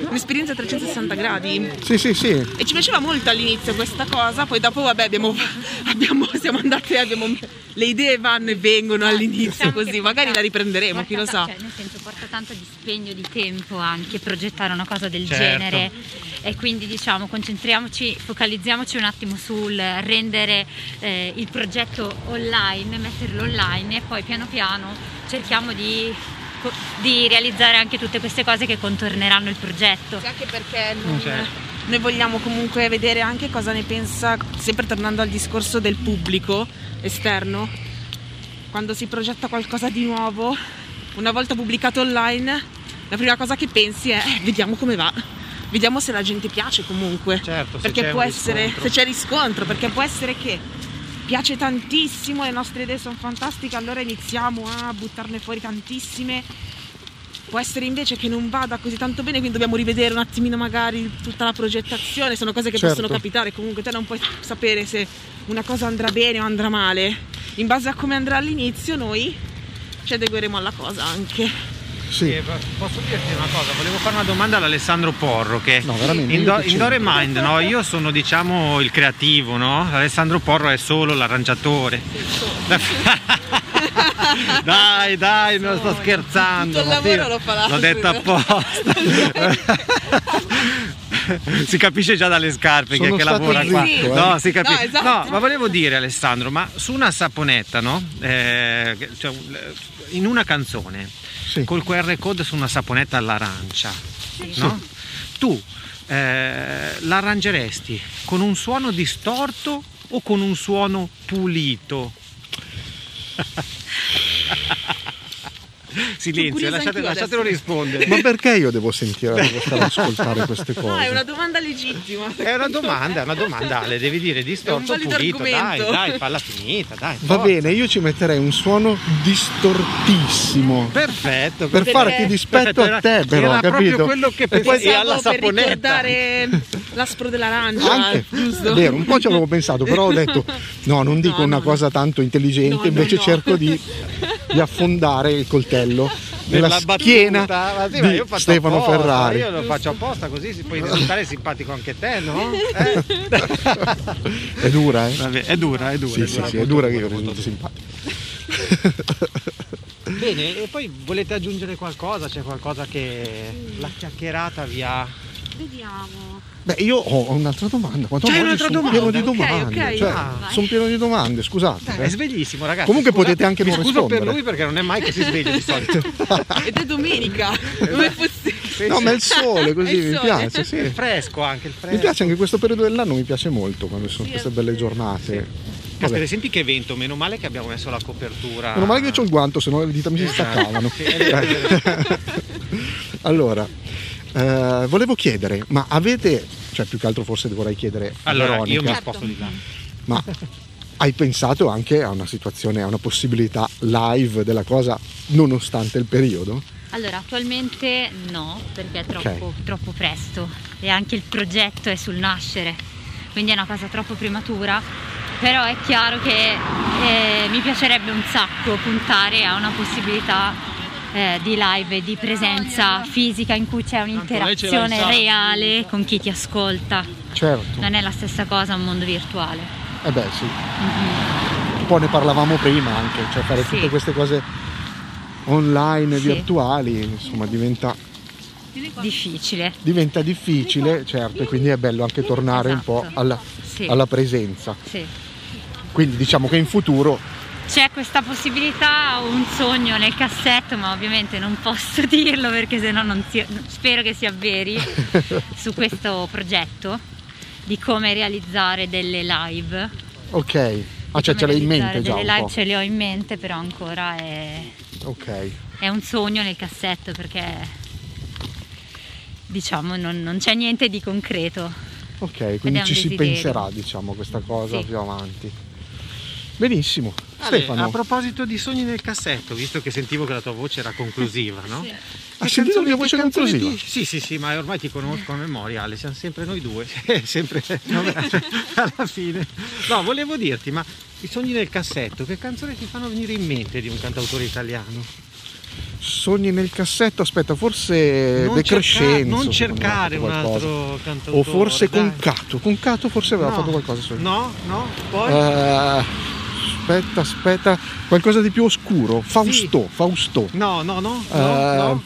F: un'esperienza a 360 gradi.
B: Sì, sì, sì.
F: E ci piaceva molto all'inizio questa cosa, poi dopo vabbè abbiamo, abbiamo- siamo andate, abbiamo, le idee vanno e vengono all'inizio
E: Diciamo che
F: così,
E: porta-
F: magari la riprenderemo,
E: porta
F: chi lo
E: ta-
F: sa.
E: cioè, nel senso, porta tanto dispegno di tempo anche progettare una cosa del
A: Certo.
E: genere. E quindi diciamo concentriamoci, focalizziamoci un attimo sul rendere eh, il progetto online, metterlo online e poi piano piano cerchiamo di, co- di realizzare anche tutte queste cose che contorneranno il progetto.
F: Anche perché
A: non- Certo.
F: noi vogliamo comunque vedere anche cosa ne pensa, sempre tornando al discorso del pubblico esterno, quando si progetta qualcosa di nuovo, una volta pubblicato online, la prima cosa che pensi è "Eh, vediamo come va, vediamo se la gente piace comunque.
A: Certo, se
F: perché
A: c'è
F: può
A: un
F: essere,
A: riscontro.
F: se c'è riscontro, perché può essere che piace tantissimo, le nostre idee sono fantastiche, allora iniziamo a buttarne fuori tantissime. Può essere invece che non vada così tanto bene, quindi dobbiamo rivedere un attimino magari tutta la progettazione, sono cose che
B: Certo.
F: possono capitare, comunque te non puoi sapere se una cosa andrà bene o andrà male. In base a come andrà all'inizio noi ci adegueremo alla cosa anche.
B: Sì.
A: Eh, Posso dirti una cosa? Volevo fare una domanda ad Alessandro Porro che
B: No, veramente.
A: In,
B: io
A: Do-
B: che
A: in Dore
B: c'entro.
A: Mind, no? Io sono diciamo il creativo, no? Alessandro Porro è solo l'arrangiatore. dai, dai, non sto scherzando.
F: Tutto il
A: Mattia,
F: lavoro lo fa l'altro.
A: L'ho detto apposta. si capisce già dalle scarpe
B: Sono
A: che, che
B: stato
A: lavora qua.
F: zitto,
B: eh.
A: No, si capisce.
F: No,
A: No,
F: esatto.
A: ma volevo dire Alessandro, ma su una saponetta, no? Eh, che- cioè, in una canzone
B: Sì.
A: col QR code su una saponetta all'arancia, no? Tu eh, l'arrangeresti con un suono distorto o con un suono pulito? Silenzio,
F: curiosa
A: lasciate-
F: anch'io
A: lasciatelo
F: adesso.
A: rispondere.
B: Ma perché io devo sentire, devo stare ad ascoltare queste cose?
F: No, Ah, è una domanda legittima.
A: È una domanda, è una domanda, Ale, devi dire
F: È un
A: distorto o
F: valido
A: pulito, dai,
F: argomento.
A: dai, falla finita, dai.
B: Va
A: forza.
B: bene, io ci metterei un suono distortissimo.
A: Perfetto,
B: Per
A: perfetto.
B: farti dispetto
A: Perfetto,
B: a te,
A: era-
B: però,
A: era proprio
B: capito?
A: quello che
B: E
A: poi
B: poi
A: sì, alla
F: Pensavo per
A: saponetta.
F: ricordare l'aspro dell'arancia,
B: anche
F: Ah, giusto?
B: vero, un po' ci avevo pensato, però ho detto no, non dico
F: No,
B: una
F: no,
B: cosa tanto intelligente,
F: No, no,
B: invece
F: no.
B: cerco di, di affondare il coltello nella
A: Nella battuta,
B: schiena
A: ma sì, ma
B: di
A: io faccio
B: Stefano
A: apposta,
B: Ferrari.
A: Io lo faccio apposta così si puoi risultare simpatico anche te, no? Eh?
B: È dura, eh?
A: Vabbè, è dura, è dura.
B: Sì, sì, sì, è
A: molto
B: dura che io
A: molto
B: risulto
A: dura.
B: simpatico.
A: Bene, e poi volete aggiungere qualcosa? C'è qualcosa che la chiacchierata vi ha...
E: Vediamo.
B: Beh, io ho un'altra domanda. Quanto
A: C'hai
B: voglio,
A: un'altra
B: sono
A: domanda?
B: pieno di
F: Ok,
B: domande.
F: ok,
B: cioè,
A: ah,
E: vai.
B: sono pieno di domande, scusate.
A: È sveglissimo, ragazzi.
B: Eh. Comunque
A: Scusa-
B: potete anche
A: mi
B: non
A: scuso per
B: rispondere.
A: lui perché non è mai che si sveglia di solito.
F: Ed è domenica, come possibile?
B: No, ma è il sole,
F: È
B: così
F: il
B: mi
F: sole.
B: piace, sì.
A: Il fresco anche, il fresco.
B: Mi piace anche questo periodo dell'anno, mi piace molto quando ci sono
F: Sì,
B: queste
F: è
B: belle
F: vero.
B: giornate.
A: Caspita,
B: Vabbè,
A: senti che vento, meno male che abbiamo messo la copertura.
B: meno male che io ho il guanto, sennò le dita mi si
A: Ah. Esatto.
B: staccavano.
A: Sì, è vero, è vero.
B: Allora, eh, volevo chiedere, ma avete, cioè più che altro forse vorrei chiedere a
A: Allora, io
B: Veronica,
A: mi sposto di là.
B: ma hai pensato anche a una situazione, a una possibilità live della cosa nonostante il periodo?
E: Allora, attualmente no, perché è
B: Ok.
E: troppo, troppo presto e anche il progetto è sul nascere, quindi è una cosa troppo prematura, però è chiaro che eh, mi piacerebbe un sacco puntare a una possibilità eh, di live, e di presenza fisica in cui c'è un'interazione reale con chi ti ascolta,
B: Certo.
E: non è la stessa cosa un mondo virtuale.
B: Eh beh sì,
E: Mhm.
B: un po' ne parlavamo prima anche, cioè fare
E: Sì.
B: tutte queste cose online e
E: Sì.
B: virtuali, insomma diventa
E: Difficile.
B: diventa difficile, certo, e quindi è bello anche tornare un po'
E: Esatto.
B: alla,
E: Sì.
B: alla presenza.
E: Sì.
B: Quindi diciamo che in futuro
E: C'è questa possibilità, ho un sogno nel cassetto, ma ovviamente non posso dirlo perché sennò non si, spero che si avveri su questo progetto di come realizzare delle live.
B: ok. Ah, cioè
E: Come
B: ce l'hai in
E: realizzare
B: mente già
E: Delle
B: un
E: live
B: po'.
E: ce le ho in mente, però ancora è,
B: Ok.
E: è un sogno nel cassetto perché diciamo non, non c'è niente di concreto.
B: Ok,
E: Ed è
B: quindi
E: un
B: ci si
E: desiderio.
B: penserà, diciamo, a questa cosa
E: Sì.
B: più avanti. Benissimo.
A: Ale, a
B: Stefano,
A: proposito di sogni nel cassetto, visto che sentivo che la tua voce era conclusiva, no? Che
B: ha sentito Ah,
A: canzoni-
B: la mia
A: che
B: voce
A: canzoni
B: conclusiva?
A: ti- Sì, sì, sì, ma ormai ti conosco a memoria, Ale, siamo sempre noi due, sempre alla fine. No, volevo dirti, ma i sogni nel cassetto, che canzone ti fanno venire in mente di un cantautore italiano?
B: Sogni nel cassetto, aspetta, forse
A: non, cerca-
B: decrescenzo.
A: non
B: secondo me, ha
A: cercare
B: fatto
A: un
B: qualcosa.
A: altro cantautore.
B: O forse
A: dai.
B: con Cato, con Cato forse aveva
A: No,
B: fatto qualcosa. sui-
A: No, no, poi...
B: Eh, aspetta, aspetta, qualcosa di più oscuro. Fausto, Fausto.
A: No, no, no, no,
B: Eh,
A: no.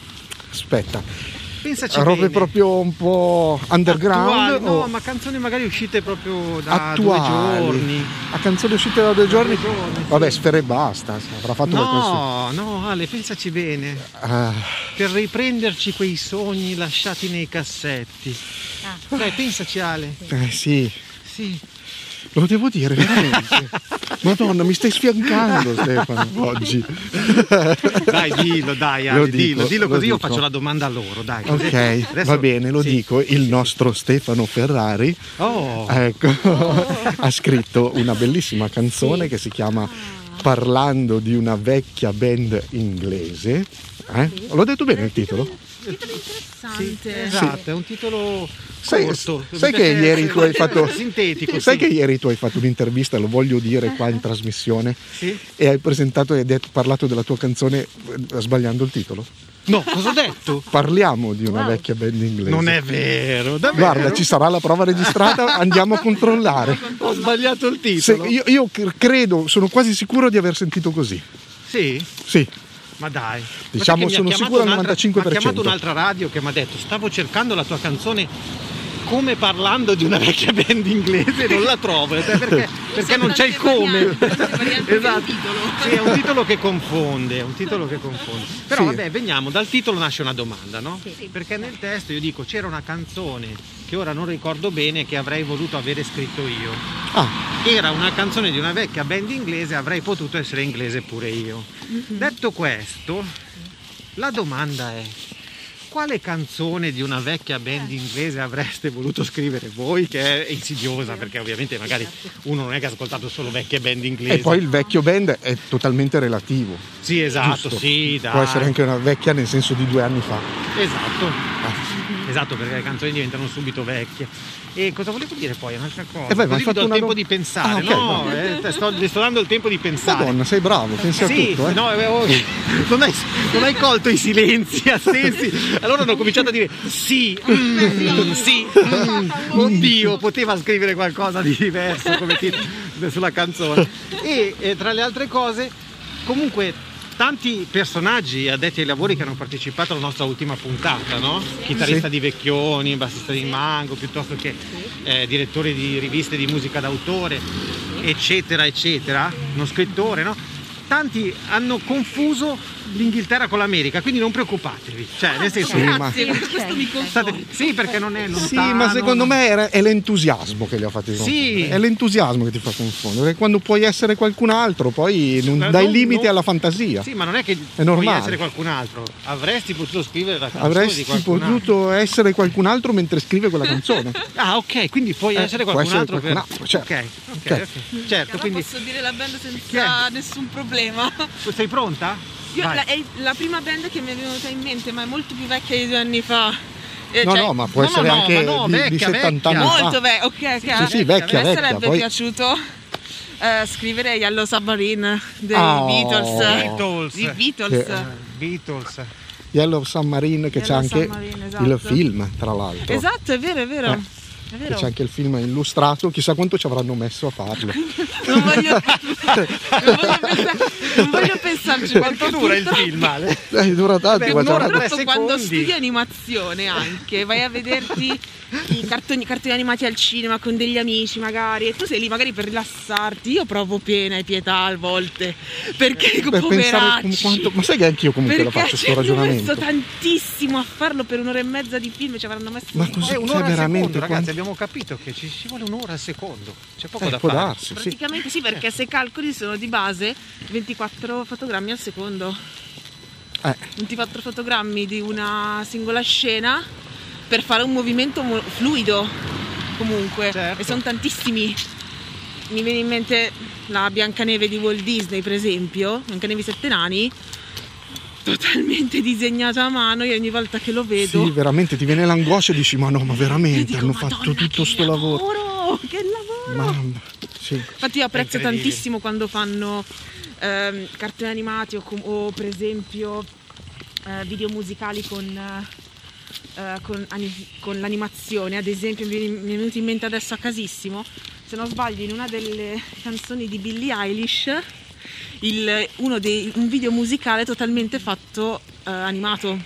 B: Aspetta,
A: Pensaci
B: robe
A: bene.
B: proprio un po' underground.
A: Attuali- no,
B: o
A: ma canzoni magari uscite proprio da
B: oh. attuali.
A: due giorni.
B: A canzoni uscite da due giorni.
A: giorni, sì.
B: Vabbè, sfere e basta. Avrà fatto qualcosa.
A: No, no, Ale, pensaci bene.
B: Ah,
A: Per riprenderci quei sogni lasciati nei cassetti.
E: Ah.
A: Dai, pensaci Ale.
B: eh, sì,
A: Sì.
B: lo devo dire veramente. Madonna, mi stai sfiancando Stefano oggi.
A: Dai, dillo, dai, Ale,
B: Lo dico,
A: dillo, dillo
B: lo
A: così io
B: dico.
A: faccio la domanda a loro, dai. così.
B: Ok,
A: Adesso-
B: va bene, lo
A: sì.
B: dico. Il nostro Stefano Ferrari
A: Oh,
B: ecco, ha scritto una bellissima canzone che si chiama Parlando di una vecchia band inglese. Eh? L'ho detto bene il titolo?
A: sì,
F: Interessante.
A: esatto, è un titolo
B: Sai-
A: corto. Mi
B: sai che
A: piace
B: ieri
A: essere
B: tu hai fatto-
A: sintetico,
B: Sai
A: sì.
B: che ieri tu hai fatto un'intervista, lo voglio dire qua in trasmissione,
A: Sì.
B: e hai presentato e detto- parlato della tua canzone eh, sbagliando il titolo?
A: No, cosa ho detto?
B: Parliamo di una
E: Wow.
B: vecchia band inglese.
A: Non è vero, davvero.
B: Guarda, ci sarà la prova registrata, andiamo a controllare.
A: ho sbagliato il
B: Se-
A: titolo.
B: io, io cr- credo, sono quasi sicuro di aver sentito così.
A: Sì.
B: Sì,
A: Ma dai, Ma sai
B: Diciamo,
A: che mi ha
B: sono
A: chiamato
B: sicuro al
A: un'altra-
B: 95%.
A: Mi ha chiamato un'altra radio che mi ha detto: Stavo cercando la tua canzone come parlando di una vecchia band inglese, non la trovo. Ho detto, "Eh, Perché, perché non c'è il come.
F: esatto.
A: Sì, è un titolo che confonde, è un titolo che confonde. Però
B: Sì.
A: vabbè, veniamo, dal titolo nasce una domanda, no?
E: Sì.
A: Perché nel testo io dico c'era una canzone che ora non ricordo bene che avrei voluto avere scritto io.
B: Ah,
A: Era una canzone di una vecchia band inglese, avrei potuto essere inglese pure io.
E: Mm-hmm.
A: Detto questo, la domanda è quale canzone di una vecchia band
E: Eh.
A: inglese avreste voluto scrivere voi che è insidiosa perché ovviamente magari
E: Esatto.
A: uno non è che ha ascoltato solo vecchie band inglesi.
B: e poi il vecchio band è totalmente relativo.
A: Sì, esatto,
B: giusto?
A: sì, dai.
B: Può essere anche una vecchia nel senso di due anni fa.
A: Esatto.
B: Ah.
A: Esatto, perché le canzoni diventano subito vecchie. E cosa volevo dire poi? Un'altra cosa.
B: Eh, vai, ma
A: Così mi
B: hai fatto
A: do il
B: una
A: tempo
B: do-
A: di pensare.
B: Ah, ok,
A: no,
B: va.
A: eh, sto, le sto dando il tempo di pensare.
B: Madonna, sei bravo, pensi a
A: Sì,
B: tutto. Eh.
A: no, eh, oh, non, hai, non hai colto i silenzi assensi. Allora hanno cominciato a dire sì, mm, sì, mm, oddio, poteva scrivere qualcosa di diverso come titolo sulla canzone. E eh, tra le altre cose, comunque tanti personaggi addetti ai lavori che hanno partecipato alla nostra ultima puntata, no? Chitarrista
B: Sì.
A: di Vecchioni, bassista di Mango, piuttosto che eh, direttore di riviste di musica d'autore, eccetera, eccetera, uno scrittore, no? Tanti hanno confuso l'Inghilterra con l'America, quindi non preoccupatevi. Cioè, nel senso,
B: Sì, ma-
F: Grazie, per questo mi confondo.
A: state- sì, perché non è lontano.
B: Sì, ma secondo
A: non-
B: me era- è l'entusiasmo che li ha fatti confondere.
A: Sì.
B: È l'entusiasmo che ti fa confondere. perché Quando puoi essere qualcun altro, poi non
A: Ma
B: dai
A: non-
B: limiti
A: non-
B: alla fantasia.
A: Sì, ma non è che puoi
B: normale.
A: essere qualcun altro. Avresti potuto scrivere la canzone di
B: Avresti
A: qualcun altro.
B: potuto essere qualcun altro mentre scrive quella canzone.
A: Ah, ok, quindi puoi
B: Eh,
A: essere
B: può
A: qualcun
B: essere
A: altro per...
B: qualcun altro, certo.
A: Ok, ok,
B: Ok.
A: ok. Certo,
F: Allora
A: quindi
F: posso dire la band
A: Chi è?
F: senza nessun problema.
A: sei pronta?
F: Io-
A: Vai.
F: la, è la prima band che mi è venuta in mente, ma è molto più vecchia di due anni fa. Eh,
B: No,
F: cioè,
B: no, ma può
A: no,
B: essere
A: no,
B: anche
A: ma no,
B: di, di
A: vecchia, vecchia.
B: 70 anni fa.
F: molto vecchia. Ok,
B: Sì,
F: ok.
B: sì, vecchia,
F: A me
B: vecchia,
F: sarebbe
B: poi-
F: piaciuto eh, scrivere Yellow Submarine dei
B: Oh.
F: Beatles.
A: Beatles.
F: I Beatles.
B: Sì, eh.
A: Beatles.
B: Yellow Submarine che c'è
F: Yellow
B: anche
F: Submarine,
B: il
F: esatto.
B: film, tra l'altro.
F: Esatto, è vero, è vero.
B: Eh,
F: È
B: Che
F: vero.
B: c'è anche il film illustrato, chissà quanto ci avranno messo a farlo.
F: Non voglio, non voglio pensa- non voglio pensarci
A: Quanto
F: quanto
A: dura il
F: purtroppo-
A: film, Ale?
B: Eh, dura tanto,
A: Beh,
B: guarda.
A: un'ora
F: Purtroppo
A: tre
F: quando
A: secondi.
F: studi animazione anche, vai a vederti i cartoni, cartoni animati al cinema con degli amici magari e tu sei lì magari per rilassarti, io provo pena e pietà a volte perché dico,
B: Per pensare
F: poveracci.
B: com- quanto- ma sai che anch'io comunque lo
F: perché
B: faccio
F: ci
B: sto
F: hanno
B: ragionamento.
F: messo tantissimo a farlo per un'ora e mezza di film, ci avranno messo
B: Ma
F: un po'.
B: cos'è
A: È un'ora al
B: veramente
A: secondo, ragazzi,
B: quanto-
A: abbiamo capito che ci, ci vuole un'ora al secondo. C'è poco
B: Eh,
A: da
B: può
A: fare.
B: darsi, sì.
F: Praticamente sì, perché se calcoli sono di base 24 fotogrammi al secondo.
B: Eh.
F: 24 fotogrammi di una singola scena per fare un movimento mo- fluido comunque.
A: Certo.
F: E sono tantissimi. Mi viene in mente la Biancaneve di Walt Disney, per esempio, Biancaneve e i Sette Nani, totalmente disegnata a mano, io ogni volta che lo vedo
B: Sì, veramente ti viene l'angoscia e dici: Ma no, ma
F: io
B: veramente
F: dico,
B: hanno fatto
F: "Madonna,
B: tutto
F: che
B: sto lavoro.
F: lavoro, Che lavoro!
B: Mamma, sì.
F: Infatti io apprezzo
A: Incredibile.
F: tantissimo quando fanno ehm, cartoni animati o, com- o per esempio eh, video musicali con, eh, con ani- con l'animazione. Ad esempio mi viene- mi è venuto in mente adesso a casissimo, se non sbaglio in una delle canzoni di Billie Eilish, il- uno dei- un video musicale totalmente fatto eh, animato,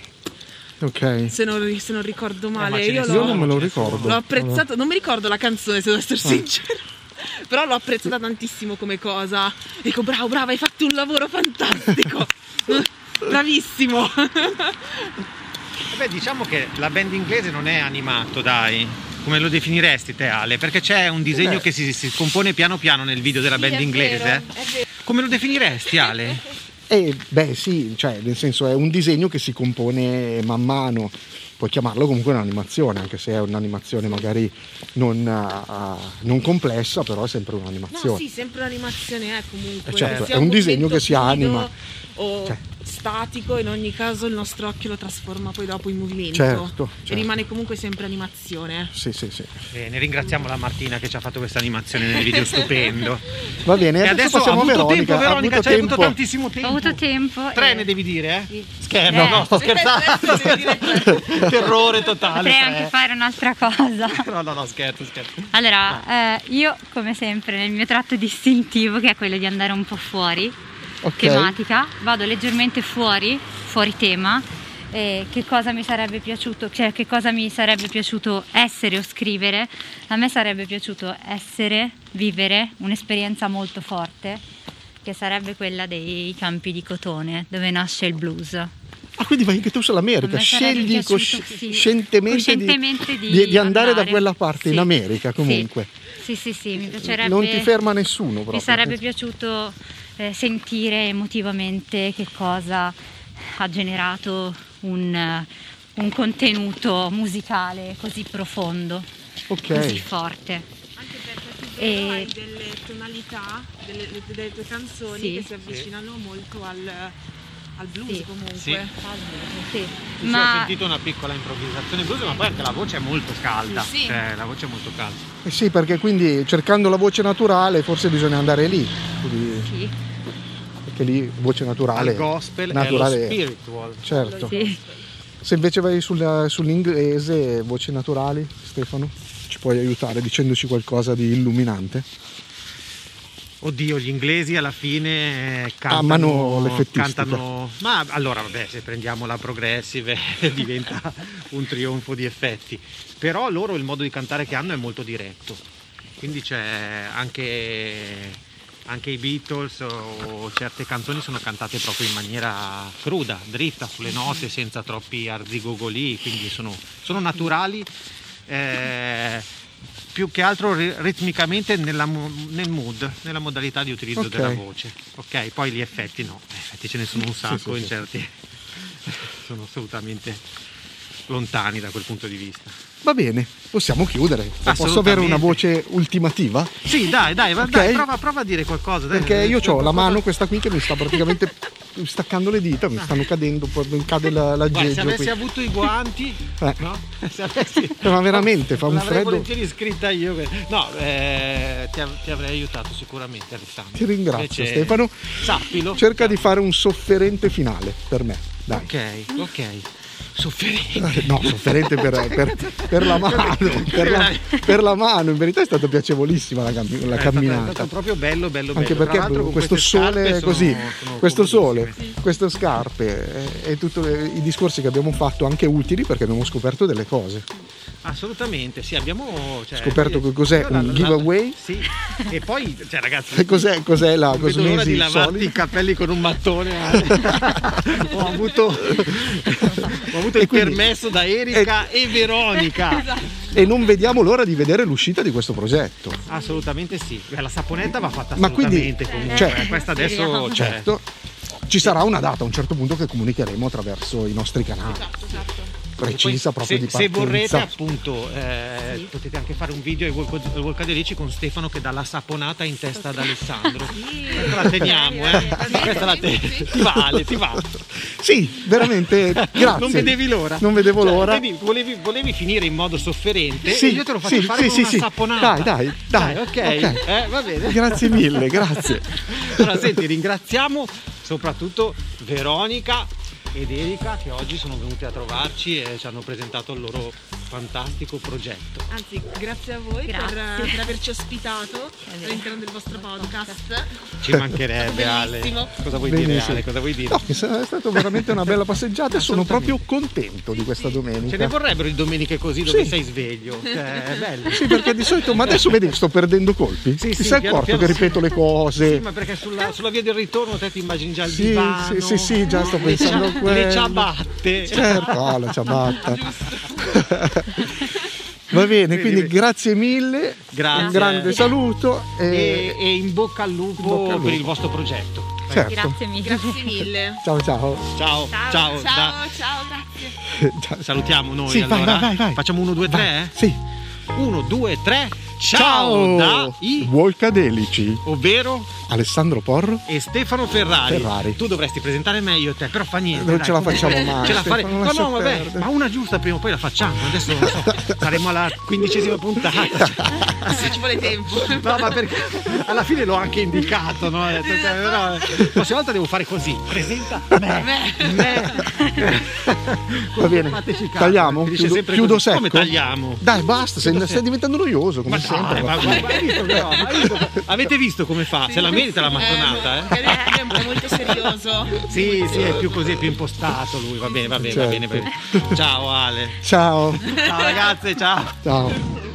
B: Ok.
F: se non, ri- se non ricordo
A: Eh, ma
F: male.
A: ce ne
F: io
A: sono,
F: l'ho-
B: non me lo
A: ce ne sono.
B: ricordo. Eh.
F: L'ho apprezzato, non mi ricordo la canzone se devo essere sincera. Però l'ho apprezzata tantissimo come cosa. Dico, bravo, bravo, hai fatto un lavoro fantastico. Bravissimo.
A: Beh, diciamo che la band inglese non è animato, dai. Come lo definiresti te, Ale? Perché c'è un disegno
B: Beh.
A: che si, si compone piano piano nel video della band inglese. eh. Come lo definiresti, Ale?
B: Eh, beh, sì, cioè, nel senso è un disegno che si compone man mano. Puoi chiamarlo comunque un'animazione, anche se è un'animazione magari non, ah, non complessa, però è sempre un'animazione.
F: No, sì, sempre un'animazione è comunque.
B: Eh, certo,
F: Sia
B: è un disegno
F: movimento
B: che si
F: fluido
B: anima.
F: O
B: Cioè.
F: statico, in ogni caso il nostro occhio lo trasforma poi dopo in movimento.
B: Certo, certo.
F: E rimane comunque sempre animazione.
B: Sì, sì, sì.
A: Bene, Eh, ringraziamo la Martina che ci ha fatto questa animazione nel video stupendo.
B: Va bene,
A: E
B: adesso
A: adesso ha
B: passiamo a
A: avuto
B: Veronica.
A: tempo,
B: ha
A: Veronica,
B: avuto
A: c'hai avuto
B: tempo.
A: tantissimo tempo.
E: Ho avuto tempo.
A: Tre
E: eh,
A: ne devi dire, eh?
E: sì.
A: Scherzo,
E: Eh.
A: no, sto scherzando.
F: Adesso devi dire
A: scherzando. Terrore totale.
E: Potrei anche
A: tre.
E: fare un'altra cosa.
A: No, no, no, scherzo, scherzo.
E: Allora, eh, io come sempre nel mio tratto distintivo, che è quello di andare un po' fuori,
B: Ok.
E: tematica, vado leggermente fuori, fuori tema, eh, che cosa mi sarebbe piaciuto, cioè che cosa mi sarebbe piaciuto essere o scrivere. A me sarebbe piaciuto essere, vivere un'esperienza molto forte, che sarebbe quella dei campi di cotone, dove nasce il blues.
B: Ah, quindi vai anche tu sull'America,
E: A me sarebbe
B: scegli
E: piaciuto,
B: cosci-
E: sì.
B: scientemente,
E: Coscientemente
B: di,
E: di
B: di- di andare, da
E: andare.
B: quella parte in
E: Sì.
B: America
E: Sì.
B: comunque.
E: Sì, sì, sì, mi piacerebbe.
B: Non ti ferma nessuno proprio.
E: Mi sarebbe piaciuto eh, sentire emotivamente che cosa ha generato un, eh, un contenuto musicale così profondo,
B: Ok.
E: così forte.
F: Anche perché tu
E: E-
F: vedo hai delle tonalità, delle, le- delle tue canzoni
E: Sì.
F: che si avvicinano molto al, al blues
E: Sì.
F: comunque. Esatto,
A: Sì.
E: Sì.
A: Sì, sì, Ho
E: Ma
A: sentito una piccola improvvisazione blues, ma poi anche la voce è molto calda.
F: Sì, sì.
A: Cioè, la voce è molto calda.
B: Eh Sì, perché quindi cercando la voce naturale forse bisogna andare lì. Quindi-
E: sì,
B: perché lì voce naturale.
A: Il gospel
B: naturale-
A: è lo spiritual.
B: Certo.
E: sì.
B: Se invece vai sulla- sull'inglese, voci naturali, Stefano, ci puoi aiutare dicendoci qualcosa di illuminante?
A: Oddio, gli inglesi alla fine eh, cantano,
B: Amano l'effettistica.
A: cantano. Ma allora, vabbè, se prendiamo la progressive diventa un trionfo di effetti. Però loro il modo di cantare che hanno è molto diretto. Quindi c'è anche, anche i Beatles o certe canzoni sono cantate proprio in maniera cruda, dritta, sulle note, senza troppi arzigogoli, quindi sono, sono naturali. eh, più che altro ri- ritmicamente nella mo- nel mood, nella modalità di utilizzo
B: Ok.
A: della voce. Ok, poi gli effetti no, gli effetti ce ne sono un sacco in
B: sì, sì.
A: certi sono assolutamente lontani da quel punto di vista.
B: Va bene, possiamo chiudere. Posso avere una
A: Assolutamente.
B: voce ultimativa?
A: Sì, dai, dai, va-
B: Ok.
A: dai, prova, prova a dire qualcosa. dai.
B: Perché io ho la
A: Qualcosa-
B: mano questa qui che mi sta praticamente staccando le dita, mi stanno cadendo, poi mi cade la,
A: Guarda, se
B: l'aggeggio
A: avessi
B: qui.
A: avuto i guanti,
B: Eh.
A: no? Se avessi-
B: Ma veramente, fa un
A: L'avrei
B: freddo.
A: volentieri iscritta io. No, eh, ti, av- ti avrei aiutato sicuramente Alessandro.
B: Ti ringrazio
A: Invece,
B: Stefano.
A: Sappilo.
B: Cerca di fare un sofferente finale per me. Dai.
A: Ok, ok. Sofferente.
B: Eh, No, sofferente per, per- per la mano, per la, per la mano, in verità è stata piacevolissima la, cammi- la
A: Eh, È stato- è
B: camminata.
A: stato proprio bello, bello, bello.
B: Anche
A: Tra
B: perché
A: l'altro
B: questo
A: con queste scarpe
B: sole
A: sono-
B: così,
A: sono
B: questo sole,
A: comodissime.
B: queste scarpe eh, e tutti i discorsi che abbiamo fatto anche utili perché abbiamo scoperto delle cose.
A: Assolutamente, sì, abbiamo cioè,
B: Scoperto che cos'è
A: io la-
B: un
A: la-
B: giveaway.
A: Sì. E poi, cioè, ragazzi,
B: E cos'è, cos'è la
A: non vedo l'ora di
B: cosmesi
A: lavarti
B: solida?
A: i capelli con un mattone. eh. ho avuto, ho avuto
B: E
A: il
B: quindi- Esatto.
A: permesso da Erika e, Veronica.
B: E non vediamo l'ora di vedere l'uscita di questo progetto.
A: Assolutamente sì. Beh, la saponetta va fatta
B: Ma quindi,
A: assolutamente comunque.
B: cioè,
A: eh, questa adesso
E: Speriamo.
A: cioè,
B: Certo, ci sarà una data a un certo punto che comunicheremo attraverso i nostri canali.
F: esatto.
B: Precisa
A: Esatto, Poi,
B: proprio
A: se,
B: di
A: se
B: partenza.
A: vorrete appunto eh, potete anche fare un video ai Volco- ai Volcadelici con Stefano che dà la saponata in testa ad Alessandro Questa la teniamo eh Questa la te- ti vale ti va
B: Sì, veramente, Eh, grazie.
A: non vedevi l'ora
B: Non vedevo
A: Cioè,
B: l'ora.
A: vedi, volevi, volevi finire in modo sofferente
B: Sì,
A: e io te lo faccio
B: sì,
A: fare
B: sì,
A: con
B: sì,
A: una
B: sì.
A: saponata
B: Dai, dai, dai,
A: ok,
B: ok.
A: Eh, va bene
B: Grazie mille, grazie.
A: allora senti ringraziamo soprattutto Veronica ed Erika che oggi sono venute a trovarci e ci hanno presentato il loro fantastico progetto
F: Anzi, grazie a voi per,
E: Grazie.
F: per averci ospitato
E: vero.
F: all'interno del vostro podcast.
A: Ci mancherebbe Ale.
F: Bellissimo.
A: Cosa vuoi dire
B: Benissimo.
A: Ale? Cosa vuoi dire?
B: No, è stata veramente una bella passeggiata e sono proprio contento di questa domenica.
A: Ce ne vorrebbero di domeniche così dove
B: Sì.
A: sei sveglio. Cioè, è bello.
B: Sì, perché di solito, ma adesso vedi che sto perdendo colpi?
A: Sì,
B: Ti
A: sì,
B: sei
A: piano
B: accorto
A: piano
B: che
A: sì.
B: ripeto le cose?
A: Sì, ma perché sulla, sulla via del ritorno te ti immagini già il
B: Sì,
A: divano.
B: sì, sì, sì, già sto
A: le
B: pensando
A: cia-
B: a quello.
A: Le ciabatte.
B: Certo, ah, la ciabatta. Va bene,
A: Vedi,
B: quindi
A: vedi.
B: grazie mille,
A: Grazie.
B: un grande saluto
A: E,
B: e
A: e in bocca al lupo
B: In bocca
A: per
B: al lupo.
A: il vostro progetto.
B: certo.
E: grazie mille.
F: Grazie mille.
B: Ciao ciao.
A: Ciao, ciao,
F: ciao,
A: da-
F: ciao, grazie.
B: Ciao.
A: Salutiamo noi
B: Sì, vai,
A: allora.
B: vai, vai, vai.
A: Facciamo uno, due,
B: Vai,
A: tre?
B: Sì.
A: eh? Uno, due, tre. Ciao, da I,
B: Volcadelici,
A: ovvero
B: Alessandro Porro.
A: e Stefano Ferrari.
B: Ferrari.
A: Tu dovresti presentare meglio te, però fa niente.
B: Non
A: dai,
B: ce la
A: comunque,
B: facciamo mai,
A: Ce la fare-
B: Stefano,
A: Ma
B: lascia
A: no, vabbè,
B: perdere.
A: ma una giusta prima o poi la facciamo. Adesso non so, saremo alla quindicesima puntata.
F: Se ci vuole tempo.
A: Ah, No, ma perché alla fine l'ho anche indicato, no? Ho detto, cioè, però, la prossima volta devo fare così. Presenta me. me.
B: Va bene.
A: Fateci caso,
B: Tagliamo?
A: finisce
B: Chiudo,
A: sempre
B: chiudo
A: così.
B: secco.
A: Come tagliamo?
B: Dai, basta, sei-
A: Chiudo
B: stai diventando noioso
A: Ma
B: come
A: dai,
B: sempre.
A: ma, ma- ma hai visto però? Hai visto? Avete visto come fa? Se la merita la mattonata, eh?
F: Eh, È è molto serioso.
A: Sì, sì, è più così, è più impostato lui. Va bene, va bene, va bene. Va bene. Ciao Ale.
B: Ciao.
A: Ciao ragazze, ciao.
B: Ciao.